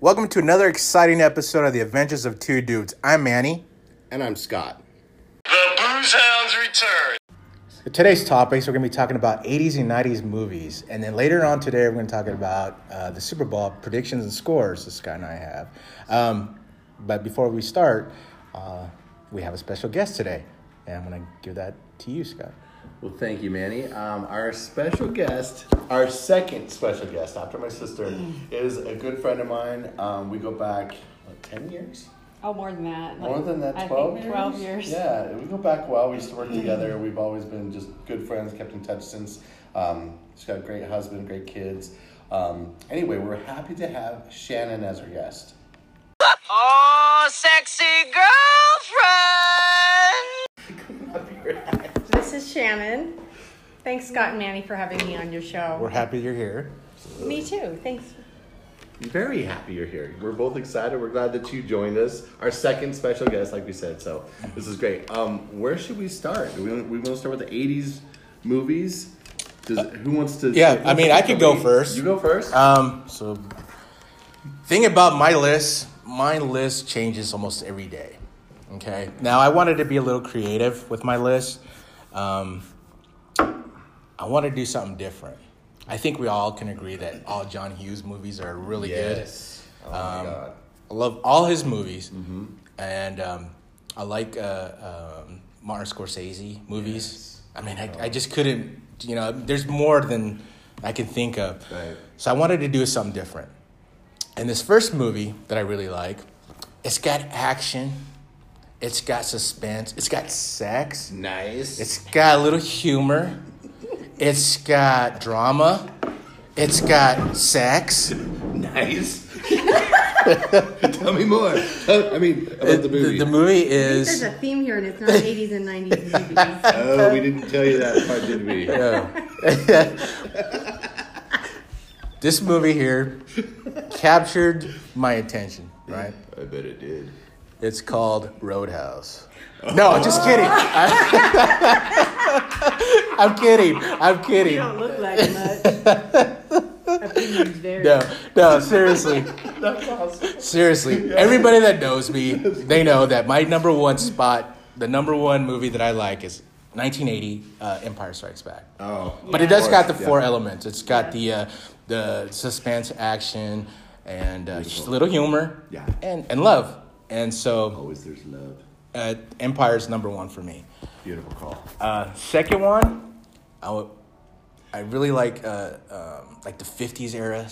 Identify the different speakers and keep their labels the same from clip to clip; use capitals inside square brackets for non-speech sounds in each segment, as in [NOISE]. Speaker 1: Welcome to another exciting episode of The Adventures of Two Dudes. I'm Manny.
Speaker 2: And I'm Scott.
Speaker 3: The Booze Hounds return.
Speaker 1: So today's topics, we're going to be talking about 80s and 90s movies. And then later on today, we're going to talk about uh, the Super Bowl predictions and scores that Scott and I have. Um, but before we start, uh, we have a special guest today. And I'm going to give that to you, Scott.
Speaker 2: Well, thank you, Manny. Um, our special guest, our second special guest after my sister, is a good friend of mine. Um, we go back what, 10 years?
Speaker 4: Oh, more than that.
Speaker 2: More
Speaker 4: Like,
Speaker 2: than that,
Speaker 4: I
Speaker 2: 12
Speaker 4: think
Speaker 2: years?
Speaker 4: 12 years.
Speaker 2: Yeah, we go back a while. We used to work together. We've always been just good friends, kept in touch since. Um, she's got a great husband, great kids. Um, anyway, we're happy to have Shannon as our guest.
Speaker 5: Oh, sexy girlfriend!
Speaker 4: This is Shannon. Thanks, Scott and Manny, for having me on your show.
Speaker 1: We're happy you're here.
Speaker 4: Me too. Thanks.
Speaker 2: Very happy you're here. We're both excited. We're glad that you joined us. Our second special guest, like we said. So this is great. Um, where should we start? Do we, we want to start with the '80s movies. Does, who wants to?
Speaker 1: Yeah,
Speaker 2: who
Speaker 1: I mean,
Speaker 2: wants
Speaker 1: I
Speaker 2: to
Speaker 1: could go first.
Speaker 2: You go first.
Speaker 1: Um, so, thing about my list, my list changes almost every day. Okay. Now, I wanted to be a little creative with my list. Um, I want to do something different. I think we all can agree that all John Hughes movies are really
Speaker 2: Oh my god.
Speaker 1: good. I love all his movies,
Speaker 2: Mm-hmm.
Speaker 1: and um, I like uh, um, Martin Scorsese movies. I mean,
Speaker 2: Oh,
Speaker 1: I, I just couldn't. You know, there's more than I can think of.
Speaker 2: Right.
Speaker 1: So I wanted to do something different. And this first movie that I really like, it's got action, it's got suspense, it's got sex,
Speaker 2: Nice.
Speaker 1: it's got a little humor, it's got drama, it's got sex.
Speaker 2: nice. [LAUGHS] Tell me more. Tell- I mean, about the movie.
Speaker 1: The, movie
Speaker 4: There's
Speaker 1: is
Speaker 4: a theme here, and it's not 80s and 90s movies.
Speaker 2: oh, we didn't tell you that part, did [LAUGHS] we?
Speaker 1: [LAUGHS] this movie here captured my attention, right?
Speaker 2: I bet it did.
Speaker 1: It's called Roadhouse. No, just kidding. [LAUGHS] I, am kidding. I'm kidding.
Speaker 4: You [LAUGHS] don't look like much. Opinions vary.
Speaker 1: No, no, seriously. Seriously. Everybody that knows me, they know that my number one spot, the number one movie that I like is 1980 uh, Empire Strikes Back.
Speaker 2: Oh,
Speaker 1: But it does
Speaker 2: Of
Speaker 1: got the
Speaker 2: course,
Speaker 1: four
Speaker 2: yeah.
Speaker 1: elements. It's got the uh, the suspense, action, and uh, just a little humor,
Speaker 2: Yeah.
Speaker 1: and and love. And so,
Speaker 2: Always there's love.
Speaker 1: uh, Empire's number one for me.
Speaker 2: Beautiful call.
Speaker 1: Uh, second one, I would, I really like uh, um, like the '50s era,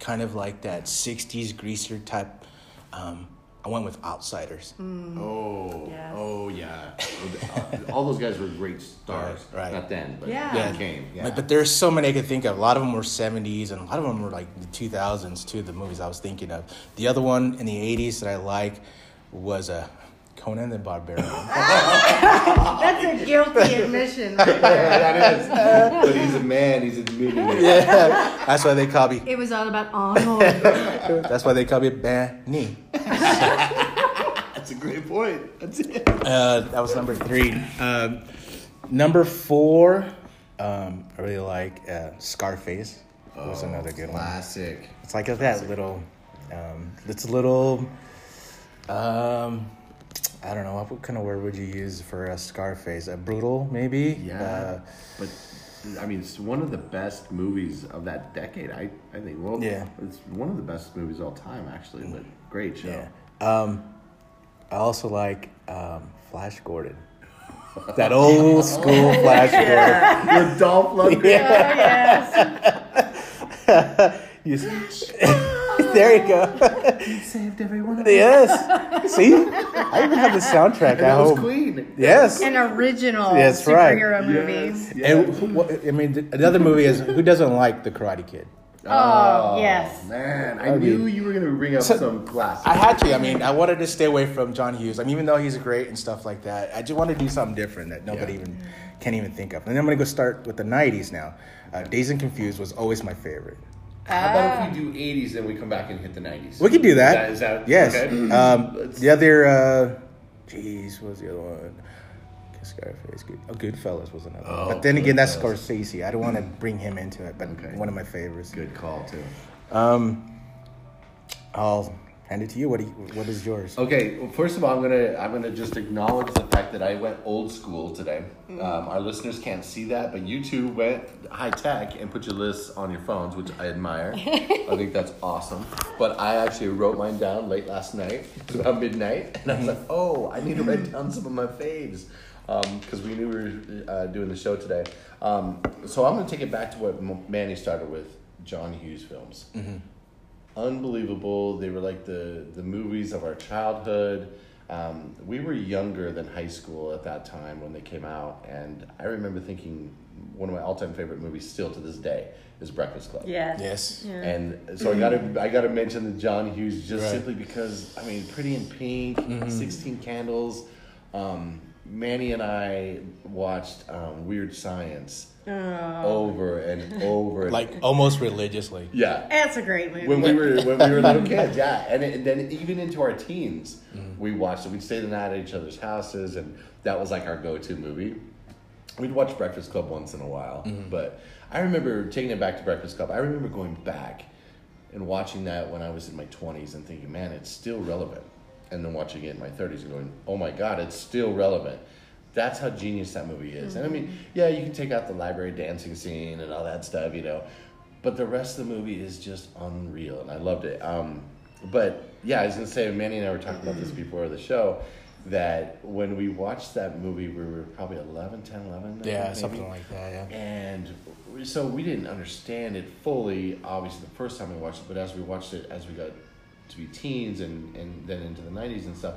Speaker 1: kind of like that '60s greaser type. Um, I went with Outsiders.
Speaker 2: Oh,
Speaker 4: Yes.
Speaker 2: oh yeah. Uh, All those guys were great stars.
Speaker 1: Right.
Speaker 2: Not then, but
Speaker 4: Yeah.
Speaker 2: they
Speaker 4: Yeah.
Speaker 2: came. Yeah.
Speaker 1: Like, but there's so many I could think of. A lot of them were 70s, and a lot of them were like the 2000s too. The movies I was thinking of. The other one in the 80s that I like was uh, Conan the Barbarian.
Speaker 4: That's a guilty admission. right there.
Speaker 2: [LAUGHS] Yeah, that is. but he's a man. He's admitting it. Yeah.
Speaker 1: That's why they call me.
Speaker 4: It was all about Arnold.
Speaker 1: That's why they call me Benny.
Speaker 2: That's a great point. That's it.
Speaker 1: Uh, that was number three. Um, number four, um, I really like uh, Scarface. was another good one.
Speaker 2: Classic.
Speaker 1: It's like that little. Um, it's a little. Um, I don't know what kind of word would you use for a Scarface? A brutal, maybe.
Speaker 2: Yeah.
Speaker 1: Uh,
Speaker 2: but I mean, it's one of the best movies of that decade. I I think. Well,
Speaker 1: Yeah.
Speaker 2: It's one of the best movies of all time, actually. But great show.
Speaker 1: yeah. Um, I also like um, Flash Gordon. That
Speaker 2: [LAUGHS]
Speaker 1: old school Flash Gordon.
Speaker 2: With Dolph Lundgren.
Speaker 1: [LAUGHS]
Speaker 4: yes.
Speaker 1: You- [LAUGHS] there you go.
Speaker 2: Saved everyone.
Speaker 1: Yes. [LAUGHS] See, I even have the soundtrack at
Speaker 2: That was
Speaker 1: home.
Speaker 2: Queen.
Speaker 1: Yes.
Speaker 4: An original
Speaker 1: That's right.
Speaker 4: superhero movie.
Speaker 2: Yes.
Speaker 1: And wh- what- I mean, th- another movie is who doesn't like the Karate Kid?
Speaker 4: Oh, yes.
Speaker 2: Man, I, knew you were gonna bring up some classics.
Speaker 1: I had to. I mean, I wanted to stay away from John Hughes. I mean, even though he's great and stuff like that, I just want to do something different that nobody
Speaker 2: Yeah.
Speaker 1: even can't even think of. And I'm gonna go start with the '90s now. Uh, Days and Confused was always my favorite.
Speaker 2: How about if we do 80s, then we come back and hit the 90s?
Speaker 1: We could do that.
Speaker 2: Is that- is that-
Speaker 1: yes?
Speaker 2: okay.
Speaker 1: Um,
Speaker 2: Let's-
Speaker 1: the other, uh, jeez, what was the other one? Scarface, Good, oh, Goodfellas was another. one.
Speaker 2: Oh,
Speaker 1: But then again, that's Scorsese. I don't want to bring him into it, but
Speaker 2: Okay.
Speaker 1: one of my favorites.
Speaker 2: Good call, too.
Speaker 1: Um, I'll hand it to you. What do you, What is yours?
Speaker 2: Okay, well, first of all, I'm gonna I'm gonna just acknowledge the fact that I went old school today. Um, our listeners can't see that, but you two went high tech and put your lists on your phones, which I admire. I think that's awesome. But I actually wrote mine down late last night, [LAUGHS] it was about midnight, and I was like, oh, I need to write down some of my faves because we knew we were uh, doing the show today. Um, so I'm gonna take it back to what M- Manny started with, John Hughes films unbelievable. They were like the the movies of our childhood. Um, we were younger than high school at that time when they came out, and I remember thinking one of my all time favorite movies, still to this day, is Breakfast Club.
Speaker 4: Yes.
Speaker 1: Yes.
Speaker 2: And so I gotta I gotta mention the John Hughes just
Speaker 1: Right. Mm-hmm.
Speaker 2: simply because I mean Pretty in Pink, Sixteen Candles, um, Manny and I watched um, Weird Science over and over. and-
Speaker 1: Like almost religiously.
Speaker 2: yeah,
Speaker 4: That's a great movie.
Speaker 2: when we were when we were little [LAUGHS] kids, yeah, and, it, and then even into our teens, we watched it. We'd stay the night at each other's houses, and that was like our go-to movie. We'd watch Breakfast Club once in a while, but I remember taking it back to Breakfast Club. I remember going back and watching that when I was in my twenties and thinking, man, it's still relevant. And then watching it in my thirties and going, oh my god, it's still relevant. That's how genius that movie is. And I mean, yeah, you can take out the library dancing scene and all that stuff, you know, but the rest of the movie is just unreal, and I loved it. Um, but yeah, I was gonna say, Manny and I were talking about this before the show. That when we watched that movie, we were probably 11, 10, 11. I
Speaker 1: Yeah,
Speaker 2: think,
Speaker 1: something
Speaker 2: maybe.
Speaker 1: like that. Yeah.
Speaker 2: And we- so we didn't understand it fully, obviously, the first time we watched it, but as we watched it, as we got to be teens and, and then into the 90s and stuff,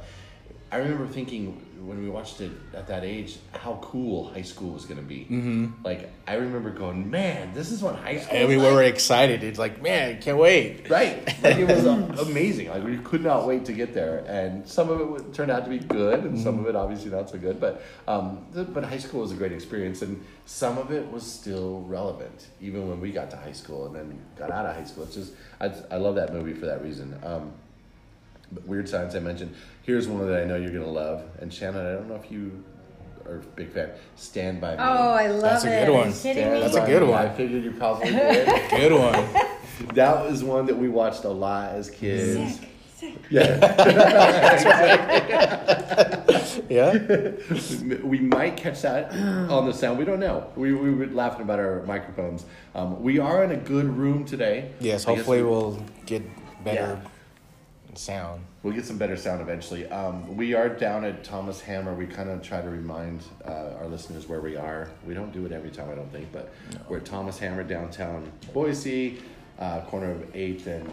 Speaker 2: I remember thinking when we watched it at that age how cool high school was going to be. Mm-hmm. Like, I remember going, man, this is what high school
Speaker 1: And
Speaker 2: is
Speaker 1: we
Speaker 2: like."
Speaker 1: were excited. It's like, man, can't wait.
Speaker 2: Right. Like it was um, amazing. Like we could not wait to get there. And some of it would- turned out to be good, and some of it obviously not so good. But um, the, but high school was a great experience, and some of it was still relevant even when we got to high school and then got out of high school. It's just I, I love that movie for that reason. Um, but Weird Science I mentioned. Here's one that I know you're gonna love. And Shannon, I don't know if you are a big fan. Stand by me.
Speaker 4: Oh, I love
Speaker 1: That's a
Speaker 4: it.
Speaker 1: good one.
Speaker 4: Are you kidding me?
Speaker 2: Stand
Speaker 1: That's a
Speaker 2: By
Speaker 1: good
Speaker 2: Me.
Speaker 1: one.
Speaker 2: I figured you probably did. [LAUGHS]
Speaker 1: Good one.
Speaker 2: That was one that we watched a lot as kids. Yeah,
Speaker 1: Yeah.
Speaker 2: we might catch that on the sound. We don't know. We, we were laughing about our microphones. Um, we are in a good room today.
Speaker 1: Yes.
Speaker 2: I guess
Speaker 1: Hopefully,
Speaker 2: we-
Speaker 1: we'll get better
Speaker 2: Yeah.
Speaker 1: sound.
Speaker 2: We'll get some better sound eventually. Um, we are down at Thomas Hammer. We kind of try to remind uh, our listeners where we are. We don't do it every time, I don't think, but we're at Thomas Hammer downtown Boise, uh, corner of Eighth and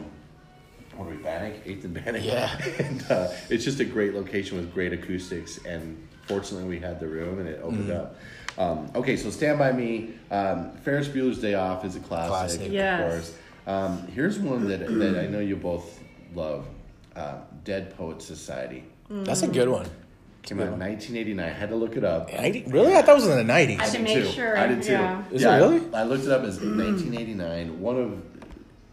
Speaker 2: what are we Bannock? Eighth and Bannock.
Speaker 1: Yeah.
Speaker 2: [LAUGHS] and uh, it's just a great location with great acoustics. And fortunately, we had the room and it opened up. Um, okay, so Stand By Me. Um, Ferris Bueller's Day Off is a classic,
Speaker 1: Classic.
Speaker 2: of
Speaker 4: Yes.
Speaker 2: course. Um, here's one that, that I know you both love uh, Dead Poets Society.
Speaker 4: Mm.
Speaker 1: That's a good one.
Speaker 2: Came out in 1989. I had to look it up.
Speaker 1: 90, really? I thought it was in the [LAUGHS]
Speaker 4: I
Speaker 1: nineties.
Speaker 4: should
Speaker 2: Me
Speaker 4: make
Speaker 2: too.
Speaker 4: sure.
Speaker 2: I did too.
Speaker 4: Yeah. Mm-hmm.
Speaker 1: Is it really?
Speaker 2: I, I looked it up as 1989. One of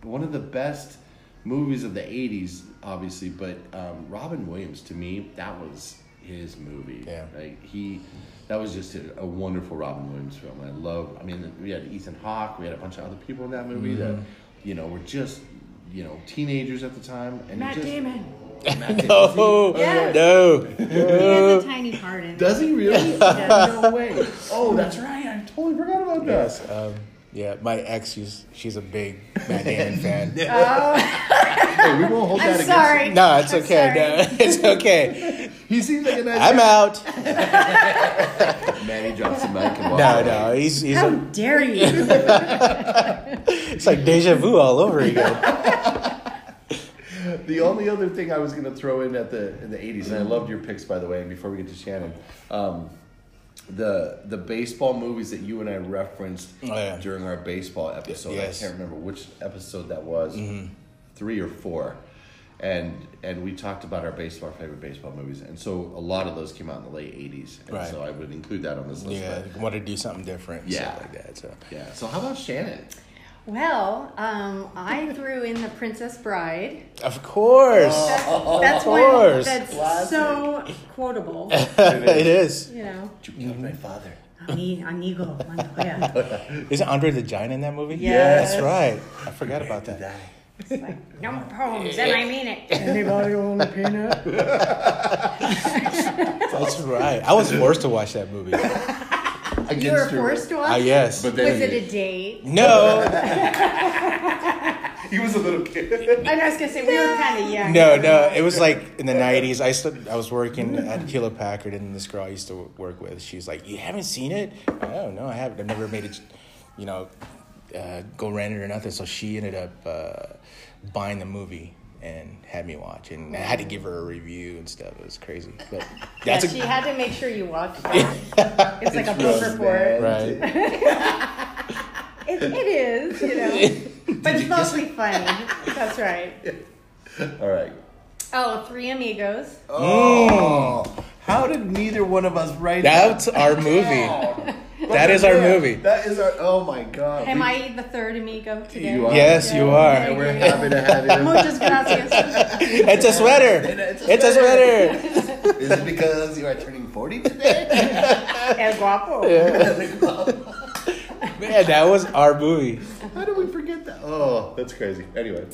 Speaker 2: one of the best movies of the 80s, obviously. But um, Robin Williams, to me, that was his movie.
Speaker 1: Yeah.
Speaker 2: like he. That was just a, a wonderful Robin Williams film. I love. I mean, we had Ethan Hawke. We had a bunch of other people in that movie that, you know, were just, you know, teenagers at the time. And it
Speaker 4: Matt
Speaker 2: just,
Speaker 4: Damon.
Speaker 2: Matt Damon.
Speaker 1: No. Oh,
Speaker 4: Yes.
Speaker 1: No.
Speaker 4: He
Speaker 1: Uh,
Speaker 4: has a tiny heart in it.
Speaker 2: Does he really?
Speaker 4: Yes.
Speaker 2: No way. [LAUGHS] Oh, that's right. I totally forgot about that.
Speaker 1: Yes. Um, yeah. My ex, she's she's a big Matt
Speaker 2: [LAUGHS]
Speaker 1: Damon fan.
Speaker 2: Hey, we won't hold that
Speaker 4: I'm
Speaker 2: against
Speaker 4: sorry.
Speaker 1: No, it's
Speaker 4: I'm
Speaker 1: okay.
Speaker 4: sorry.
Speaker 1: No, [LAUGHS] it's okay.
Speaker 2: He seems like a nice
Speaker 1: I'm out.
Speaker 2: guy. Manny drops the mic and walks
Speaker 1: No,
Speaker 2: away.
Speaker 1: no. He's he's
Speaker 4: [LAUGHS] How
Speaker 1: a, [LAUGHS]
Speaker 4: dare you?
Speaker 1: it's like deja vu all
Speaker 2: [LAUGHS]
Speaker 1: over again.
Speaker 2: The only other thing I was going to throw in at the in the 80s, and I loved your picks, by the way, and before we get to Shannon, um, the the baseball movies that you and I referenced
Speaker 1: Oh, yeah.
Speaker 2: during our baseball episode.
Speaker 1: Yes. Mm-hmm.
Speaker 2: I can't remember which episode that was, three or four. And and we talked about our baseball favorite baseball movies, and so a lot of those came out in the late '80s, and
Speaker 1: Right.
Speaker 2: so I would include that on this list.
Speaker 1: Yeah,
Speaker 2: but-
Speaker 1: want to do something different.
Speaker 2: Yeah.
Speaker 1: Yeah, like that. So
Speaker 2: yeah. So how about Shannon?
Speaker 4: well, um, I threw in The Princess Bride.
Speaker 1: of course
Speaker 4: That's, that's one
Speaker 1: Oh, course.
Speaker 4: that's
Speaker 2: Classic.
Speaker 4: so quotable.
Speaker 1: [LAUGHS] it is.
Speaker 4: You
Speaker 1: [LAUGHS]
Speaker 4: know,
Speaker 2: You killed
Speaker 1: Mm-hmm.
Speaker 2: my father.
Speaker 4: Ami- amigo, Montoya.
Speaker 1: [LAUGHS] Is it Andre the Giant in that movie?
Speaker 4: Yes.
Speaker 1: that's right. I forgot about that.
Speaker 4: It's like, no more poems, and I mean it.
Speaker 6: Anybody want a peanut?
Speaker 1: That's right. I was forced to watch that movie.
Speaker 4: You were forced to watch.
Speaker 1: Ah, yes.
Speaker 2: But then
Speaker 4: Was it a date?
Speaker 1: no,
Speaker 2: he was a little kid.
Speaker 4: I was gonna say we were kind of young.
Speaker 1: no, no. It was like in the nineties. I stood, I was working at Kilo Packard, and this girl I used to work with, she was like, "You haven't seen it? Oh no, I haven't. I've never made it. You know, uh, go rent it or nothing." So she ended up uh, buying the movie. And had me watch, and I had to give her a review and stuff. It was crazy, but
Speaker 4: Yeah,
Speaker 1: that's
Speaker 4: she
Speaker 1: a,
Speaker 4: had to make sure you watched
Speaker 1: [LAUGHS]
Speaker 4: it. it's like a book
Speaker 2: Just that.
Speaker 4: report.
Speaker 1: right.
Speaker 4: It, it is, you
Speaker 1: [LAUGHS]
Speaker 4: know. But it's mostly funny. That's right.
Speaker 2: All right.
Speaker 4: Oh, Three Amigos.
Speaker 2: Oh, how did neither one of us write
Speaker 1: Mm. That's our movie. [LAUGHS] That is our movie.
Speaker 2: That is our. Oh my god.
Speaker 4: Am
Speaker 2: We-
Speaker 4: I the third amigo today?
Speaker 2: You are.
Speaker 1: Yes, you
Speaker 2: And
Speaker 1: are.
Speaker 2: we're happy to
Speaker 4: [LAUGHS]
Speaker 2: have you.
Speaker 4: Muchas gracias.
Speaker 1: It's a sweater.
Speaker 2: It's a
Speaker 1: It's a
Speaker 2: sweater.
Speaker 1: sweater.
Speaker 2: Is it because you are turning 40 today?
Speaker 4: El guapo.
Speaker 1: Man, that was our movie.
Speaker 2: How did we forget that? Oh, that's crazy. Anyway.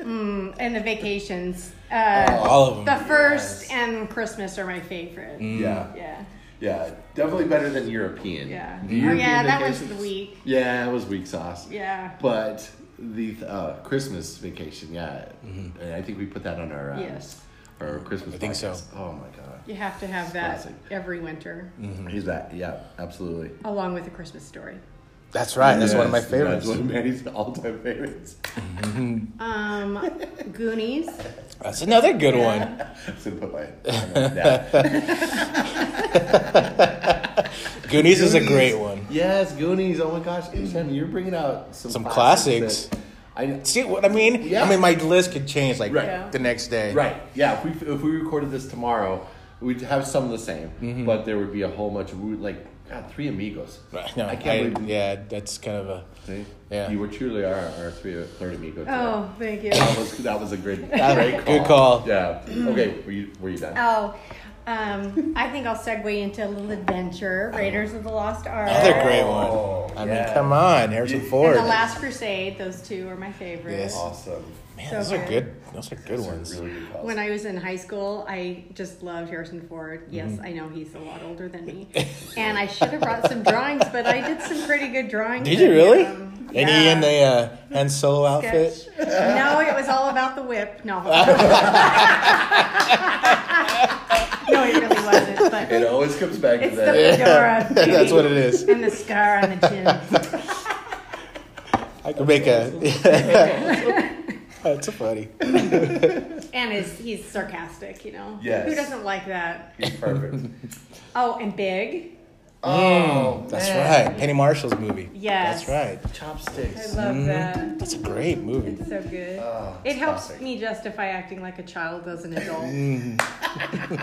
Speaker 4: And the vacations. Uh,
Speaker 1: All of
Speaker 4: the
Speaker 1: them.
Speaker 4: first and Christmas are my favorite.
Speaker 1: Mm.
Speaker 2: Yeah.
Speaker 4: Yeah.
Speaker 2: Yeah. Definitely better than European.
Speaker 4: Yeah.
Speaker 2: The
Speaker 4: oh,
Speaker 2: European
Speaker 4: yeah, that was
Speaker 2: vacations-
Speaker 4: the week.
Speaker 2: Yeah, it was weak sauce.
Speaker 4: Yeah.
Speaker 2: But the uh, Christmas vacation, yeah. And I think we put that on our uh,
Speaker 4: Yes.
Speaker 2: our Christmas.
Speaker 1: Mm-hmm. I think so.
Speaker 2: podcast. Oh my god.
Speaker 4: You have to have that
Speaker 2: Classic.
Speaker 4: every winter,
Speaker 2: [LAUGHS] He's that. Yeah, absolutely.
Speaker 4: along with a Christmas story.
Speaker 1: That's right. That's one of my
Speaker 2: Yes,
Speaker 1: favorites.
Speaker 2: That's one of Manny's all-time [LAUGHS] favorites.
Speaker 4: Um, Goonies.
Speaker 1: That's another good one.
Speaker 2: I'm just gonna put my. Yeah.
Speaker 1: [LAUGHS] Goonies is a great
Speaker 2: Goonies.
Speaker 1: one.
Speaker 2: Yes, Goonies. Oh my gosh, Sam, you're bringing out some
Speaker 1: Some
Speaker 2: that I
Speaker 1: See what I mean?
Speaker 2: Yeah.
Speaker 1: I mean, my list could change like
Speaker 2: Right. Yeah.
Speaker 1: the next day.
Speaker 2: Right. Yeah. If we if we recorded this tomorrow, we'd have some of the same, but there would be a whole bunch of we- like God, three amigos.
Speaker 1: Mm-hmm. Right. No,
Speaker 2: I can't believe.
Speaker 1: yeah, that's kind of a.
Speaker 2: See?
Speaker 1: Yeah.
Speaker 2: You were truly our, our three third amigo. today.
Speaker 4: Oh, thank you.
Speaker 2: That was that was a
Speaker 4: [LAUGHS]
Speaker 2: great, great call.
Speaker 1: Good call.
Speaker 2: Yeah. Okay. Were you were you done?
Speaker 4: Oh, um, I think I'll segue into a little adventure. Raiders of the Lost Ark.
Speaker 1: Another great one.
Speaker 2: Oh,
Speaker 1: I
Speaker 2: yeah.
Speaker 1: mean, come on, Harrison
Speaker 4: And
Speaker 1: Ford.
Speaker 4: The Last Crusade. Those two are my favorites.
Speaker 1: Yes.
Speaker 2: Awesome.
Speaker 1: Man,
Speaker 4: So
Speaker 1: those are
Speaker 4: good.
Speaker 1: good. Those are good
Speaker 2: Those are
Speaker 1: ones.
Speaker 2: Really good calls.
Speaker 4: When I was in high school, I just loved Harrison Ford. Yes,
Speaker 1: Mm-hmm.
Speaker 4: I know he's a lot older than me, and I should have brought some drawings, but I did some pretty good drawings.
Speaker 1: Did you
Speaker 4: of
Speaker 1: really?
Speaker 4: him.
Speaker 1: And he
Speaker 4: Yeah.
Speaker 1: in the uh, Han Solo outfit.
Speaker 4: Sketch. No, it was all about the whip.
Speaker 1: [LAUGHS]
Speaker 4: No. [LAUGHS] no, it really wasn't. But
Speaker 2: it always comes back to
Speaker 4: it's the
Speaker 2: that.
Speaker 4: fedora
Speaker 1: [LAUGHS] That's what it is.
Speaker 4: and the scar on the chin.
Speaker 1: I could make a. [LAUGHS] That's so funny.
Speaker 4: And is he's sarcastic, you know?
Speaker 2: Yes.
Speaker 4: Who doesn't like that?
Speaker 2: He's [LAUGHS] perfect.
Speaker 4: Oh, and big.
Speaker 2: Oh,
Speaker 1: That's
Speaker 2: man.
Speaker 1: right. Penny Marshall's movie.
Speaker 4: Yes.
Speaker 1: That's right.
Speaker 4: I
Speaker 2: Chopsticks.
Speaker 4: love that.
Speaker 1: That's a great movie.
Speaker 4: It's so good.
Speaker 2: Oh,
Speaker 4: it helps
Speaker 2: classic.
Speaker 4: me justify acting like a child as an adult.
Speaker 2: [LAUGHS]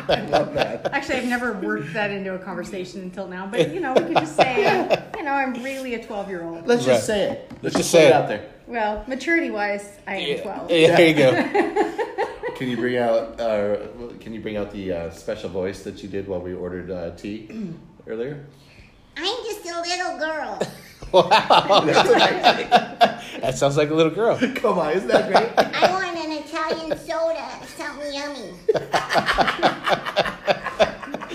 Speaker 2: I love that.
Speaker 4: Actually, I've never worked that into a conversation until now, but you know, we could just say, you know, I'm really a 12 year old.
Speaker 2: Let's
Speaker 1: Right.
Speaker 2: just say it. Let's,
Speaker 1: just
Speaker 2: put
Speaker 1: say it.
Speaker 2: out there.
Speaker 4: Well, maturity wise, I am 12.
Speaker 1: Yeah, there you go.
Speaker 2: Can you bring out? Uh, can you bring out the uh, special voice that you did while we ordered uh,
Speaker 4: [CLEARS THROAT]
Speaker 2: tea earlier?
Speaker 7: I'm just a little [LAUGHS] girl.
Speaker 1: That sounds like a little girl.
Speaker 2: Come on, isn't that great?
Speaker 7: I want an Italian soda, something yummy.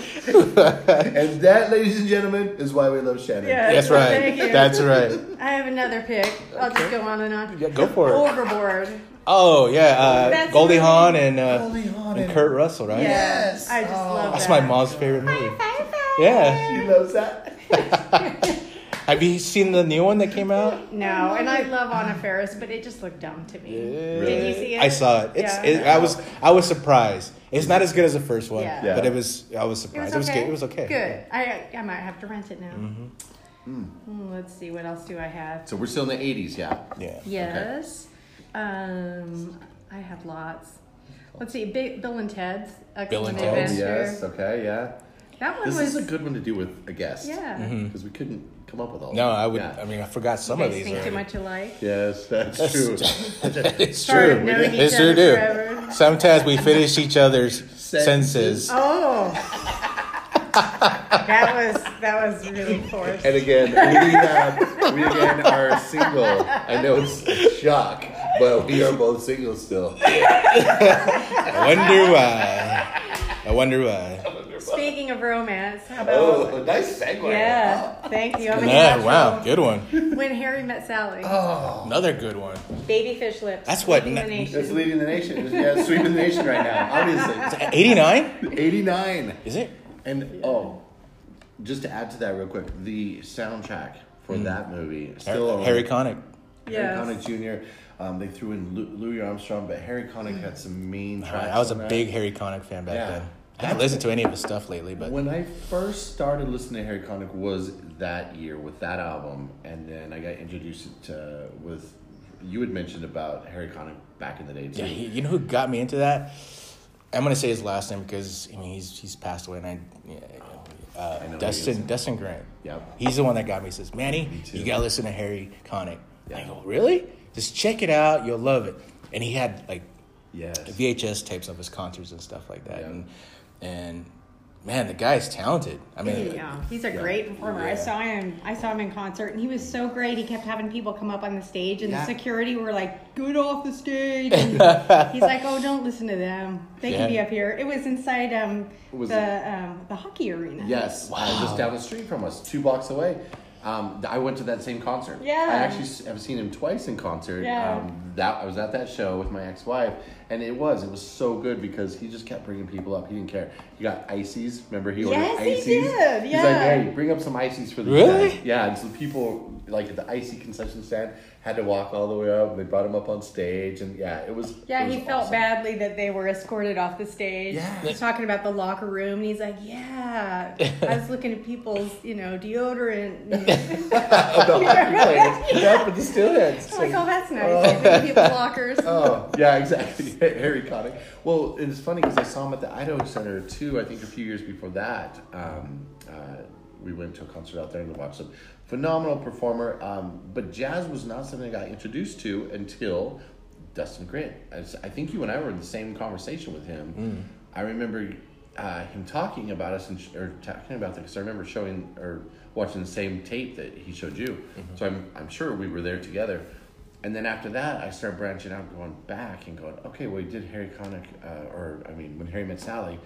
Speaker 2: [LAUGHS] and that, ladies and gentlemen, is why we love Shannon.
Speaker 4: Yeah.
Speaker 1: That's
Speaker 4: Thank
Speaker 1: right.
Speaker 4: you.
Speaker 1: That's right.
Speaker 4: [LAUGHS] I have another pick. I'll just go on and on.
Speaker 1: Yeah, go for it.
Speaker 4: Overboard.
Speaker 1: Oh yeah, uh,
Speaker 4: That's
Speaker 1: Goldie
Speaker 4: right.
Speaker 1: Hawn and, uh,
Speaker 2: Goldie Hawn
Speaker 1: and
Speaker 2: and-
Speaker 1: Kurt Russell, right?
Speaker 4: Yes. I just
Speaker 2: Oh.
Speaker 4: love
Speaker 1: That's
Speaker 4: that.
Speaker 1: my mom's favorite movie.
Speaker 7: Perfect.
Speaker 1: Yeah.
Speaker 2: She loves that.
Speaker 1: Have you seen the new one that came out?
Speaker 4: No, and I love Anna Ferris, but it just looked dumb to me. Did you see it?
Speaker 1: I saw it. It's.
Speaker 4: Yeah.
Speaker 1: It, I was. I was surprised. It's not as good as the first one,
Speaker 4: Yeah.
Speaker 2: Yeah.
Speaker 1: but it was. I was
Speaker 4: It was
Speaker 1: surprised.
Speaker 4: okay.
Speaker 1: It was good. It was okay. Mm-hmm.
Speaker 4: Good. I I might have to rent it now. Hmm, let's see. What else do I have?
Speaker 2: So we're still in the '80s, yeah.
Speaker 1: Yeah.
Speaker 4: Yes. Um, I have lots. Let's see. Big, Bill and Ted's
Speaker 1: Bill
Speaker 4: Excellent
Speaker 1: and
Speaker 2: Oh,
Speaker 1: Ted's.
Speaker 4: Adventure.
Speaker 2: yes. Okay. Yeah.
Speaker 4: That one
Speaker 2: This is
Speaker 4: was.
Speaker 2: a good one to do with a guest.
Speaker 4: yeah.
Speaker 2: Because we couldn't come up with all.
Speaker 1: No,
Speaker 2: of them.
Speaker 1: I would.
Speaker 2: Yeah.
Speaker 1: I mean, I forgot Mm-hmm. some
Speaker 4: You
Speaker 1: of
Speaker 4: guys
Speaker 1: these.
Speaker 4: think too
Speaker 1: already.
Speaker 4: much alike.
Speaker 2: yes, that's,
Speaker 1: [LAUGHS]
Speaker 2: true.
Speaker 1: it's
Speaker 4: Sorry,
Speaker 1: true.
Speaker 4: I've known each
Speaker 1: It's true.
Speaker 4: other
Speaker 1: Do
Speaker 4: forever.
Speaker 1: sometimes we finish each other's senses.
Speaker 4: [LAUGHS] Oh. that was that was really forced.
Speaker 2: And again, we, uh, we again are single. I know it's a shock, But we are both single still.
Speaker 1: I wonder why. I wonder why.
Speaker 4: Speaking of romance, how about?
Speaker 2: Oh, nice segue.
Speaker 4: Yeah, thank you. I'm
Speaker 1: Yeah, wow, good one.
Speaker 4: When Harry met Sally,
Speaker 2: Oh.
Speaker 1: Another good one.
Speaker 4: baby fish lips.
Speaker 1: That's what-
Speaker 4: Leading the nation.
Speaker 2: That's leading the nation. Yeah, sweeping the nation right now. Obviously,
Speaker 1: 89?
Speaker 2: eighty-nine.
Speaker 1: Is it?
Speaker 2: And oh, just to add to that real quick, the soundtrack for that movie still on
Speaker 1: Hmm. Harry Connick.
Speaker 4: Yes.
Speaker 2: Harry Connick Jr. Um, they threw in Lu- Louis Armstrong, but Harry Connick had some mean tracks.
Speaker 1: I was a
Speaker 2: on that.
Speaker 1: big Harry Connick fan back
Speaker 2: Yeah.
Speaker 1: then. I haven't listened to any of his stuff lately, but
Speaker 2: When I first started listening to Harry Connick was that year with that album, and then I got introduced to with you had mentioned about Harry Connick back in the day too.
Speaker 1: yeah, he, you know who got me into that? I'm gonna say his last name because I mean he's he's passed away, and I, yeah,
Speaker 2: know who
Speaker 1: uh,
Speaker 2: he
Speaker 1: Dustin
Speaker 2: is.
Speaker 1: Dustin Grant.
Speaker 2: Yep.
Speaker 1: he's the one that got me. He Says Manny,
Speaker 2: too.
Speaker 1: you gotta listen to Harry Connick. I
Speaker 2: Yeah.
Speaker 1: go really? Just check it out, you'll love it. And he had like
Speaker 2: yes.
Speaker 1: VHS tapes of his concerts and stuff like that,
Speaker 2: Yeah.
Speaker 1: and and man, the guy's talented. I mean,
Speaker 4: Yeah, he's a great performer. I saw him. I saw him in concert, and he was so great. He kept having people come up on the stage, and
Speaker 2: Yeah.
Speaker 4: the security were like, "Get off
Speaker 2: [LAUGHS]
Speaker 4: the stage!" And he's like, "Oh, don't listen to them. They
Speaker 1: Yeah.
Speaker 4: can be up here." It was inside um,
Speaker 2: Was it-
Speaker 4: the um, the hockey arena.
Speaker 2: Yes, uh, just down the street from us, two blocks away. Um, I went to that same concert.
Speaker 4: Yeah.
Speaker 2: I actually s- have seen him twice in concert.
Speaker 4: Yeah.
Speaker 2: Um, that I was at that show with my ex-wife, and it was it was so good because he just kept bringing people up. He didn't care. He got ices. Remember he
Speaker 4: Yes,
Speaker 2: ordered
Speaker 4: he
Speaker 2: ices.
Speaker 4: did,
Speaker 2: He's like,
Speaker 4: yeah.
Speaker 2: hey, bring up some ices for the
Speaker 1: Really?
Speaker 2: guy. Yeah. And so people like at the icy concession stand had to walk all the way up. and They brought him up on stage, and yeah, it was.
Speaker 4: Yeah,
Speaker 2: it was
Speaker 4: he
Speaker 2: [LAUGHS]
Speaker 4: felt
Speaker 2: awesome.
Speaker 4: badly that they were escorted off the stage.
Speaker 2: Yeah.
Speaker 4: He's talking about the locker room, and he's like, "Yeah, I was looking at people's, you know, deodorant."
Speaker 2: [LAUGHS]
Speaker 4: And [LAUGHS]
Speaker 2: yeah, for the Steelheads.
Speaker 4: I'm like, "Oh, that's nice. Looking at
Speaker 2: [LAUGHS]
Speaker 4: people's lockers."
Speaker 2: Oh, yeah, exactly. [LAUGHS] Harry Connick. Well, and it's funny because I saw him at the Idaho Center too. I think a few years before that, um, uh, we went to a concert out there and watched him. Phenomenal performer, um, but jazz was not something I got introduced to until Dustin Grant. As I think you and I were in the same conversation with him. I remember uh, him talking about us and sh- or talking about that because I remember showing or watching the same tape that he showed you. So I'm I'm sure we were there together. And then after that, I started branching out, going back and going, okay, well, he did Harry Connick, uh, or I mean, when Harry Met Sally,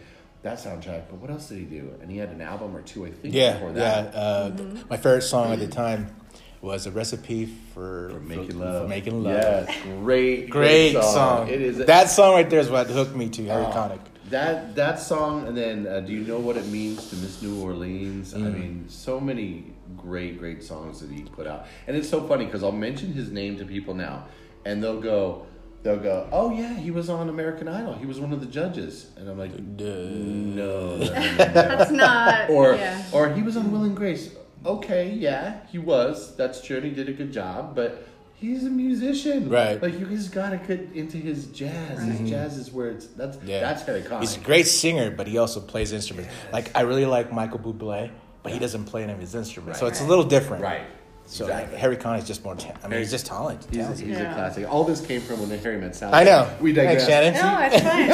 Speaker 2: that soundtrack, but what else did he do? And he had an album or two, I think,
Speaker 1: Yeah,
Speaker 2: before that.
Speaker 1: yeah. Uh, th- My favorite song at the time was a recipe for,
Speaker 2: For Making Love.
Speaker 1: For making love.
Speaker 2: Yes, great,
Speaker 1: Great song.
Speaker 2: It is. Oh.
Speaker 1: that song right there is what hooked me to Harry Connick.
Speaker 2: That that song, and then uh, do you know what it means to Miss New Orleans? I
Speaker 1: Mm.
Speaker 2: mean, so many great, great songs that he put out, and it's so funny because I'll mention his name to people now, and they'll go, they'll go, oh yeah, he was on American Idol. He was one of the judges, and I'm like, no, no, no, no."
Speaker 4: [LAUGHS] That's not.
Speaker 2: or
Speaker 4: yeah.
Speaker 2: or he was on Will and Grace. Okay, yeah, he was. That's true. and He did a good job, but he's a musician,
Speaker 1: Right.
Speaker 2: Like you just gotta get into his jazz. His jazz is where it's that's
Speaker 1: Yeah.
Speaker 2: that's kind of
Speaker 1: He's a
Speaker 2: common.
Speaker 1: great singer, but he also plays instruments. Like I really like Michael Bublé, but he doesn't play any of his instruments, so it's a little different.
Speaker 2: Right.
Speaker 1: So
Speaker 2: Exactly.
Speaker 1: like, Harry Connick's just more. Ta- I mean, he's just talented.
Speaker 2: He's,
Speaker 1: talented.
Speaker 2: he's a classic. All this came from when the Harry Met Sally.
Speaker 1: I know.
Speaker 2: We digress.
Speaker 1: Thanks, Shannon.
Speaker 4: no, it's fine.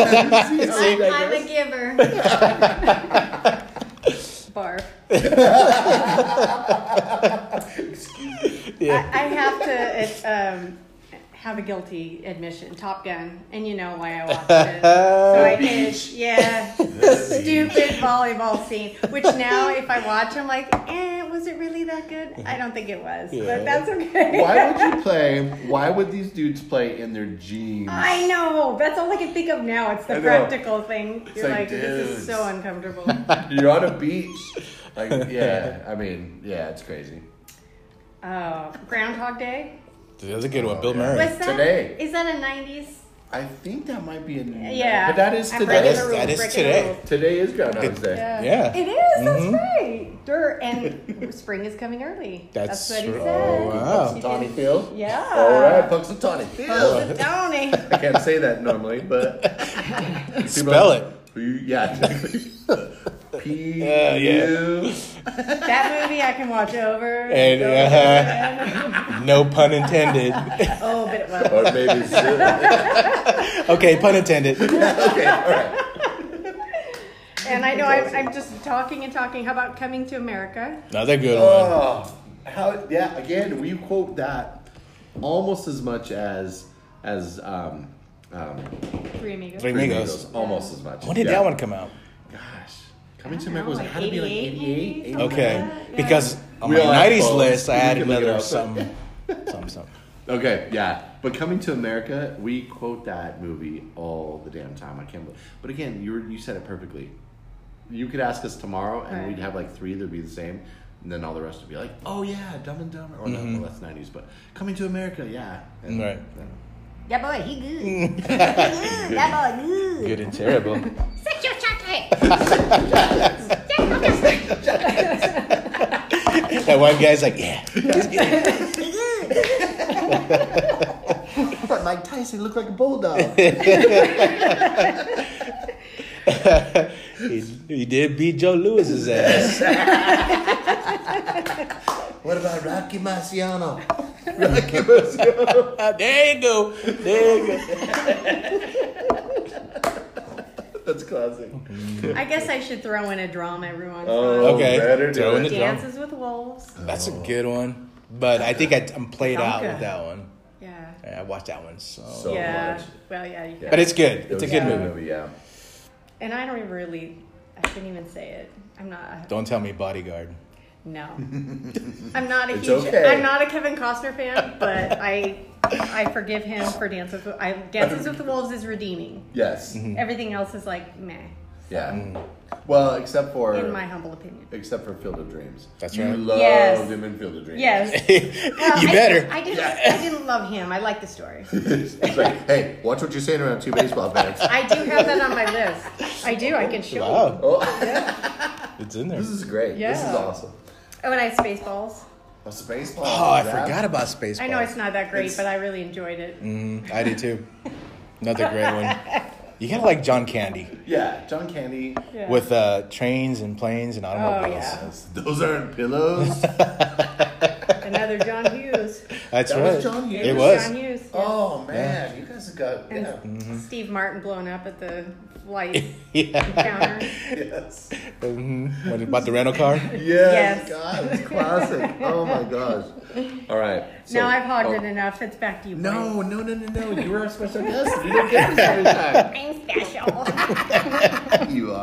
Speaker 2: See, see, [LAUGHS] we
Speaker 4: I'm a
Speaker 2: digress.
Speaker 4: giver. Barf.
Speaker 2: [LAUGHS]
Speaker 4: I, I have to uh, um, have a guilty admission. Top Gun, and you know why I watched it.
Speaker 1: Uh,
Speaker 2: [LAUGHS]
Speaker 4: So I did. Yeah, stupid volleyball scene. Which now, if I watch, I'm like, eh, was it really that good? I don't think it was,
Speaker 1: Yeah.
Speaker 4: but that's okay.
Speaker 2: Why would you play? Why would these dudes play in their jeans?
Speaker 4: [LAUGHS] I know. That's all I can think of now. It's
Speaker 2: I
Speaker 4: the
Speaker 2: know.
Speaker 4: practical thing. You're
Speaker 2: like,
Speaker 4: like, this
Speaker 2: dudes.
Speaker 4: is
Speaker 2: [LAUGHS]
Speaker 4: so uncomfortable.
Speaker 2: You're on a beach. [LAUGHS] Like, yeah. I mean, yeah, it's crazy.
Speaker 4: Oh, Groundhog Day.
Speaker 1: That was a good one. Bill
Speaker 2: Oh, yeah.
Speaker 1: Murray.
Speaker 4: Was that?
Speaker 2: Today.
Speaker 4: Is that a '90s?
Speaker 2: I think that might be a
Speaker 4: Yeah.
Speaker 2: but that is
Speaker 4: I'm
Speaker 2: today.
Speaker 4: breaking
Speaker 1: That
Speaker 4: the
Speaker 1: is- that
Speaker 4: rules,
Speaker 1: is
Speaker 4: breaking the
Speaker 1: today.
Speaker 4: rules.
Speaker 2: Today is Groundhog's Day.
Speaker 4: Yeah.
Speaker 1: Yeah. Mm-hmm.
Speaker 4: It is. That's right. Dirt and [LAUGHS] spring is coming early.
Speaker 1: That's
Speaker 4: That's, what he
Speaker 1: true.
Speaker 4: said.
Speaker 1: Oh, wow.
Speaker 4: You
Speaker 2: Tawny
Speaker 4: can-
Speaker 2: Field.
Speaker 4: Yeah.
Speaker 2: All right, pucks of Tawny Field.
Speaker 4: It's a Downy.
Speaker 2: I can't say that normally, but
Speaker 1: Spell it.
Speaker 2: yeah, exactly. [LAUGHS] P
Speaker 1: Yeah, yeah.
Speaker 2: U.
Speaker 4: that movie I can watch over.
Speaker 1: And,
Speaker 4: over
Speaker 1: uh-huh. No pun
Speaker 4: [LAUGHS]
Speaker 1: intended.
Speaker 4: again. oh, but it was.
Speaker 2: Or maybe Zoo.
Speaker 1: okay, pun intended.
Speaker 2: Okay, all right.
Speaker 4: And I know I'm, I'm just talking and talking. How about Coming to America?
Speaker 1: Another good one.
Speaker 2: Oh, how? Yeah, again, we quote that almost as much as as um, um,
Speaker 4: Three amigos.
Speaker 1: Three Amigos.
Speaker 2: almost as much.
Speaker 1: When did
Speaker 2: Yeah.
Speaker 1: that one come out?
Speaker 2: Gosh, coming to
Speaker 4: I don't
Speaker 2: America was
Speaker 4: know,
Speaker 2: had to be like
Speaker 4: 88 maybe,
Speaker 2: 88.
Speaker 4: something like
Speaker 1: Okay,
Speaker 4: Yeah.
Speaker 1: because on
Speaker 2: We
Speaker 1: my
Speaker 2: all have
Speaker 1: '90s
Speaker 2: phones.
Speaker 1: list, I
Speaker 2: You
Speaker 1: had
Speaker 2: can look it
Speaker 1: another
Speaker 2: up.
Speaker 1: some, some, some.
Speaker 2: Okay, yeah. But coming to America, we quote that movie all the damn time. I can't believe. But again, you were, you said it perfectly. You could ask us tomorrow, and
Speaker 4: Right.
Speaker 2: we'd have like three that would be the same, and then all the rest would be like, "Oh yeah, Dumb and Dumber." Or no, well, that's nineties. But coming to America, yeah. And,
Speaker 1: Mm-hmm. Right.
Speaker 2: and-
Speaker 7: That boy, he
Speaker 1: [LAUGHS]
Speaker 7: good. He good. That boy, good.
Speaker 1: Good and terrible.
Speaker 7: Suck your chocolate.
Speaker 1: that one guy's like, yeah.
Speaker 7: He good.
Speaker 2: But Mike Tyson looked like a [LAUGHS] bulldog.
Speaker 1: he, he did beat Joe Lewis's ass.
Speaker 2: what about Rocky Marciano?
Speaker 1: there you go. There you go.
Speaker 2: [LAUGHS] That's classic.
Speaker 4: I guess I should throw in a drama every once in a while.
Speaker 2: Oh,
Speaker 1: Okay,
Speaker 2: better
Speaker 1: throw
Speaker 2: do
Speaker 1: in
Speaker 2: it.
Speaker 1: the drum.
Speaker 4: Dances with Wolves.
Speaker 1: That's a good one, but I think I, I'm played out
Speaker 4: Tonka.
Speaker 1: with that one.
Speaker 4: Yeah.
Speaker 1: I watched that one, so.
Speaker 2: So
Speaker 4: yeah.
Speaker 2: much.
Speaker 4: Well, yeah. You
Speaker 1: But it's good.
Speaker 2: It
Speaker 1: It's a
Speaker 2: was
Speaker 1: good
Speaker 4: Yeah.
Speaker 1: movie.
Speaker 2: Yeah.
Speaker 4: and I don't even really. I shouldn't even say it. I'm not. I-
Speaker 1: Don't tell me Bodyguard. [LAUGHS]
Speaker 2: [LAUGHS]
Speaker 4: No. I'm not a
Speaker 2: It's
Speaker 4: huge.
Speaker 2: okay.
Speaker 4: I'm not a Kevin Costner fan,
Speaker 2: [LAUGHS]
Speaker 4: but I. I forgive him for Dances with. I, Dances with the Wolves is redeeming.
Speaker 2: Yes.
Speaker 1: Mm-hmm.
Speaker 4: Everything else is like meh,
Speaker 2: Yeah. Well, except for
Speaker 4: in my humble opinion.
Speaker 2: except for Field of Dreams.
Speaker 1: That's
Speaker 2: you
Speaker 1: right.
Speaker 2: loved
Speaker 4: Yes.
Speaker 2: him in Field of Dreams.
Speaker 4: Yes.
Speaker 1: [LAUGHS] you
Speaker 4: I-
Speaker 1: better.
Speaker 4: I, didn't. I didn't love him. I like the story.
Speaker 2: [LAUGHS] it's like, hey, watch what you're saying around two baseball
Speaker 1: [LAUGHS]
Speaker 2: bats.
Speaker 4: I do have that on my list. I do. I can show you.
Speaker 1: wow,
Speaker 2: oh, [LAUGHS]
Speaker 1: it's in there.
Speaker 2: this is great. This is
Speaker 4: Yeah.
Speaker 2: awesome.
Speaker 4: Oh, and I have Spaceballs.
Speaker 2: What's the baseball?
Speaker 1: Oh, I
Speaker 2: That-
Speaker 1: forgot about Spaceballs.
Speaker 4: I know it's not that great,
Speaker 2: It's-
Speaker 4: but I really enjoyed it.
Speaker 1: Mm, I did too. Another great one. You gotta like John Candy
Speaker 2: Yeah, John Candy.
Speaker 4: Yeah. Oh,
Speaker 1: with uh, trains and planes and automobiles.
Speaker 4: yeah.
Speaker 2: Those aren't
Speaker 1: [LAUGHS]
Speaker 2: pillows.
Speaker 4: another John Hughes.
Speaker 1: That's
Speaker 2: That
Speaker 1: right.
Speaker 2: was John Hughes?
Speaker 1: It was.
Speaker 4: John Hughes. yeah.
Speaker 2: oh man, you guys have got
Speaker 4: And
Speaker 2: yeah.
Speaker 1: Mm.
Speaker 4: Steve Martin blown up at the
Speaker 1: [LAUGHS]
Speaker 4: light
Speaker 1: Yeah.
Speaker 4: counter.
Speaker 2: Yes.
Speaker 1: Mhm. What about the rental
Speaker 4: [LAUGHS]
Speaker 1: car?
Speaker 2: Yes.
Speaker 4: Yes.
Speaker 2: God, it's classic. oh my gosh. All right. so-
Speaker 4: now I've hogged
Speaker 2: oh.
Speaker 4: it enough. It's back to you. Brian.
Speaker 2: No, no, no, no, no. You were our special guest. You don't get this every time.
Speaker 7: I'm special.
Speaker 2: You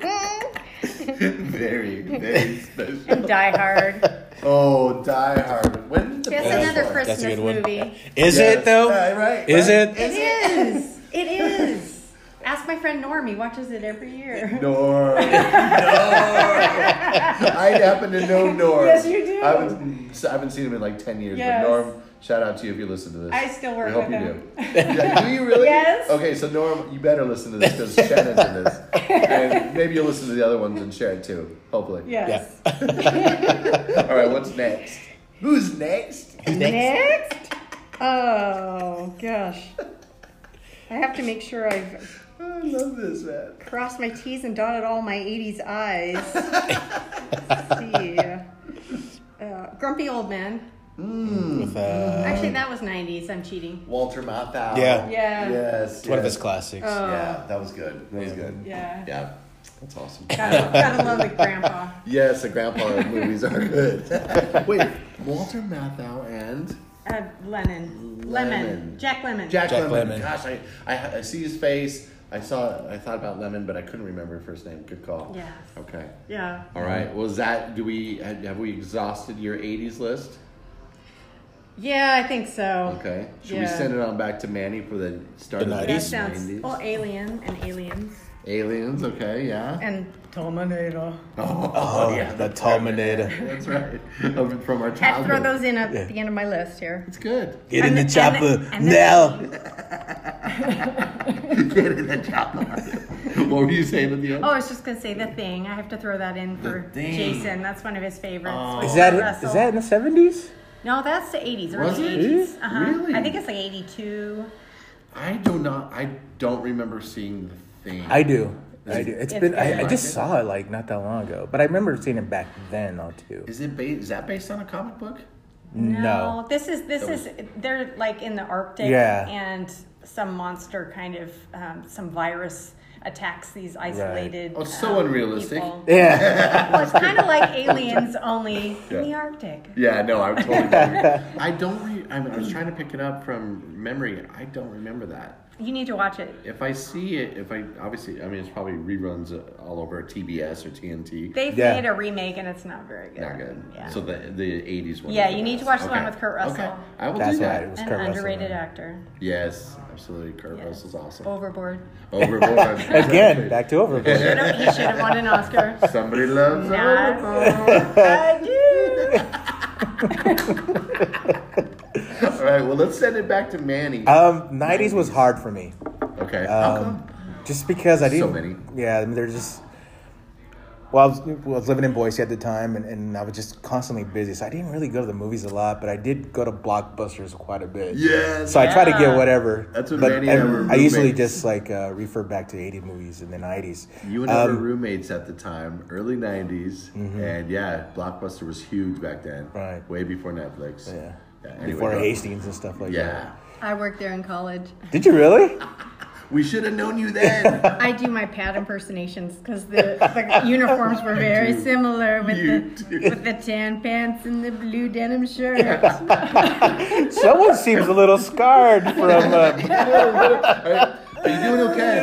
Speaker 4: [LAUGHS]
Speaker 2: are. [LAUGHS] very, very special.
Speaker 4: And Die Hard.
Speaker 2: [LAUGHS] Oh, Die Hard. When did the
Speaker 4: That's
Speaker 2: best
Speaker 4: another
Speaker 2: one?
Speaker 4: Christmas
Speaker 1: That's a good one.
Speaker 4: movie.
Speaker 1: Is
Speaker 2: Yes.
Speaker 1: it though?
Speaker 2: Right, right,
Speaker 1: Is
Speaker 2: right.
Speaker 1: it?
Speaker 4: It
Speaker 2: [LAUGHS]
Speaker 4: is. It is. Ask my friend Norm. He watches it every year.
Speaker 2: Norm. Norm. I happen to know Norm.
Speaker 4: Yes, you do.
Speaker 2: I haven't, mm, I haven't seen him in like 10 years,
Speaker 4: Yes.
Speaker 2: but Norm, shout out to you if you listen to this.
Speaker 4: I still work
Speaker 2: we hope
Speaker 4: with
Speaker 2: you
Speaker 4: him. [LAUGHS]
Speaker 2: do. yeah, do you really?
Speaker 4: Yes.
Speaker 2: Okay, so Norm, you better listen to this because Shannon's in this. And maybe you'll listen to the other ones and share it too, hopefully.
Speaker 4: Yes.
Speaker 2: All right, what's next? Who's next?
Speaker 4: Next. Oh gosh. I have to make sure I've
Speaker 2: I love this, man.
Speaker 4: crossed my T's and dotted all my 80s I's. Let's see. Uh, grumpy Old Man.
Speaker 1: With, uh,
Speaker 4: Actually, that was 90s. I'm cheating.
Speaker 2: Walter Matthau.
Speaker 1: Yeah.
Speaker 4: Yeah.
Speaker 2: Yes.
Speaker 1: one of
Speaker 2: yes.
Speaker 1: his classics.
Speaker 4: Oh.
Speaker 2: Yeah, that was good. That was good.
Speaker 4: Yeah.
Speaker 2: Yeah. That's awesome.
Speaker 4: Gotta, gotta love the grandpa.
Speaker 2: [LAUGHS] Yes, the grandpa movies are good. [LAUGHS] Wait, Walter Matthau and
Speaker 4: Uh, Lennon. Lemon.
Speaker 2: Lemon.
Speaker 4: Jack Lemon.
Speaker 2: Jack,
Speaker 1: Jack
Speaker 2: Lemmon.
Speaker 1: Lemmon.
Speaker 2: Gosh, I, I I see his face. I saw I thought about Lemon, but I couldn't remember her first name. Good call.
Speaker 4: Yes.
Speaker 2: Okay.
Speaker 4: Yeah.
Speaker 2: All right. Well, is that do we have have we exhausted your '80s list?
Speaker 4: Yeah, I think so.
Speaker 2: Okay. Should we
Speaker 4: Yeah.
Speaker 2: send it on back to Manny for the start
Speaker 1: The
Speaker 2: of the
Speaker 4: That
Speaker 1: 90s?
Speaker 4: sounds. Well, Alien and Aliens.
Speaker 2: Aliens. Okay. Yeah.
Speaker 4: And
Speaker 6: Terminator.
Speaker 2: oh,
Speaker 1: Oh, the Terminator.
Speaker 2: That's right. Over from our
Speaker 4: I throw
Speaker 2: childhood.
Speaker 4: those in at the end of my list here.
Speaker 2: It's good. [LAUGHS]
Speaker 1: Get in
Speaker 4: And
Speaker 1: the
Speaker 4: the-
Speaker 1: chopper
Speaker 4: and the- and the-
Speaker 1: now.
Speaker 2: Get in the chopper. what were you saying at the end?
Speaker 4: Oh, I was just gonna say the thing. I have to throw that in for
Speaker 2: Thing. Oh.
Speaker 4: Jason. That's one of his favorites.
Speaker 1: Is
Speaker 4: With
Speaker 1: that
Speaker 4: Russell.
Speaker 1: is that in Oh, the seventies?
Speaker 4: No, that's the '80s.
Speaker 2: Was
Speaker 4: early
Speaker 2: it?
Speaker 4: '80s. Uh-huh.
Speaker 2: Really?
Speaker 4: I think it's like '82.
Speaker 2: I do not. I don't remember seeing the thing.
Speaker 1: I do. I do. It's
Speaker 4: It's
Speaker 1: been. I, I
Speaker 2: good.
Speaker 1: just saw it like not that long ago, but I remember seeing it back then though too.
Speaker 2: Is it based? Is that based on a comic book?
Speaker 1: No.
Speaker 4: this is this is they're like in the Arctic
Speaker 1: Yeah.
Speaker 4: and some monster kind of um, some virus. attacks these isolated. um,
Speaker 2: Oh, it's so unrealistic.
Speaker 4: people.
Speaker 1: Yeah.
Speaker 4: Well, it's kind of
Speaker 2: [LAUGHS]
Speaker 4: like aliens, only
Speaker 2: Yeah.
Speaker 4: in the Arctic.
Speaker 2: Yeah, no, I'm totally. agree. [LAUGHS] I don't. Re- I, mean, I was trying to pick it up from memory. and I don't remember that.
Speaker 4: You need to watch it.
Speaker 2: If I see it, if I obviously, I mean, it's probably reruns all over TBS or TNT.
Speaker 4: They've
Speaker 1: Yeah.
Speaker 4: made a remake and it's not very good.
Speaker 2: Not good.
Speaker 4: Yeah.
Speaker 2: So the the '80s one.
Speaker 4: Yeah,
Speaker 2: is the
Speaker 4: you need to
Speaker 2: best.
Speaker 4: watch the one
Speaker 2: Okay.
Speaker 4: with Kurt Russell.
Speaker 2: Okay, I will
Speaker 1: That's
Speaker 2: do
Speaker 1: right.
Speaker 2: that.
Speaker 1: It was
Speaker 4: An
Speaker 1: Kurt Russell.
Speaker 4: underrated
Speaker 1: yeah.
Speaker 4: actor.
Speaker 2: Yes, absolutely. Kurt
Speaker 4: Yeah.
Speaker 2: Russell's awesome.
Speaker 4: Overboard.
Speaker 2: Overboard.
Speaker 4: [LAUGHS]
Speaker 1: Again, back to [LAUGHS] Overboard.
Speaker 4: You know, he should have won an Oscar.
Speaker 2: Somebody loves
Speaker 4: Nah.
Speaker 2: Overboard.
Speaker 4: I do.
Speaker 2: [LAUGHS] All right, well, let's send it back to Manny.
Speaker 1: Um, 90s was hard for me.
Speaker 2: okay.
Speaker 1: um,
Speaker 2: How come?
Speaker 1: Just because I
Speaker 2: So
Speaker 1: didn't.
Speaker 2: many.
Speaker 1: Yeah, I mean, they're just. Well, I was, well, I was living in Boise at the time, and, and I was just constantly busy, so I didn't really go to the movies a lot. But I did go to Blockbusters quite a bit.
Speaker 2: Yes.
Speaker 1: So I try to
Speaker 4: Yeah.
Speaker 1: get whatever.
Speaker 2: That's what
Speaker 1: but
Speaker 2: Manny
Speaker 1: ev-
Speaker 2: and I were
Speaker 1: I usually
Speaker 2: roommates.
Speaker 1: just like uh, refer back to 80 movies in the 90s.
Speaker 2: You and I
Speaker 1: um,
Speaker 2: were roommates at the time, early '90s, and yeah, Blockbuster was huge back then.
Speaker 1: Mm-hmm. Right.
Speaker 2: Way before Netflix.
Speaker 1: Yeah.
Speaker 2: anyway,
Speaker 1: Before
Speaker 2: go.
Speaker 1: Hastings and stuff like
Speaker 2: Yeah.
Speaker 4: I worked there in college.
Speaker 1: that. Did you really?
Speaker 2: We should have known you
Speaker 1: [LAUGHS]
Speaker 2: then.
Speaker 4: I do my pad impersonations because the, the uniforms were very similar with
Speaker 2: You
Speaker 4: the
Speaker 2: do.
Speaker 4: with the tan pants and the blue denim shirt.
Speaker 1: Someone seems a little scarred from.
Speaker 2: [LAUGHS] Are
Speaker 1: Uh, [LAUGHS]
Speaker 2: you doing okay?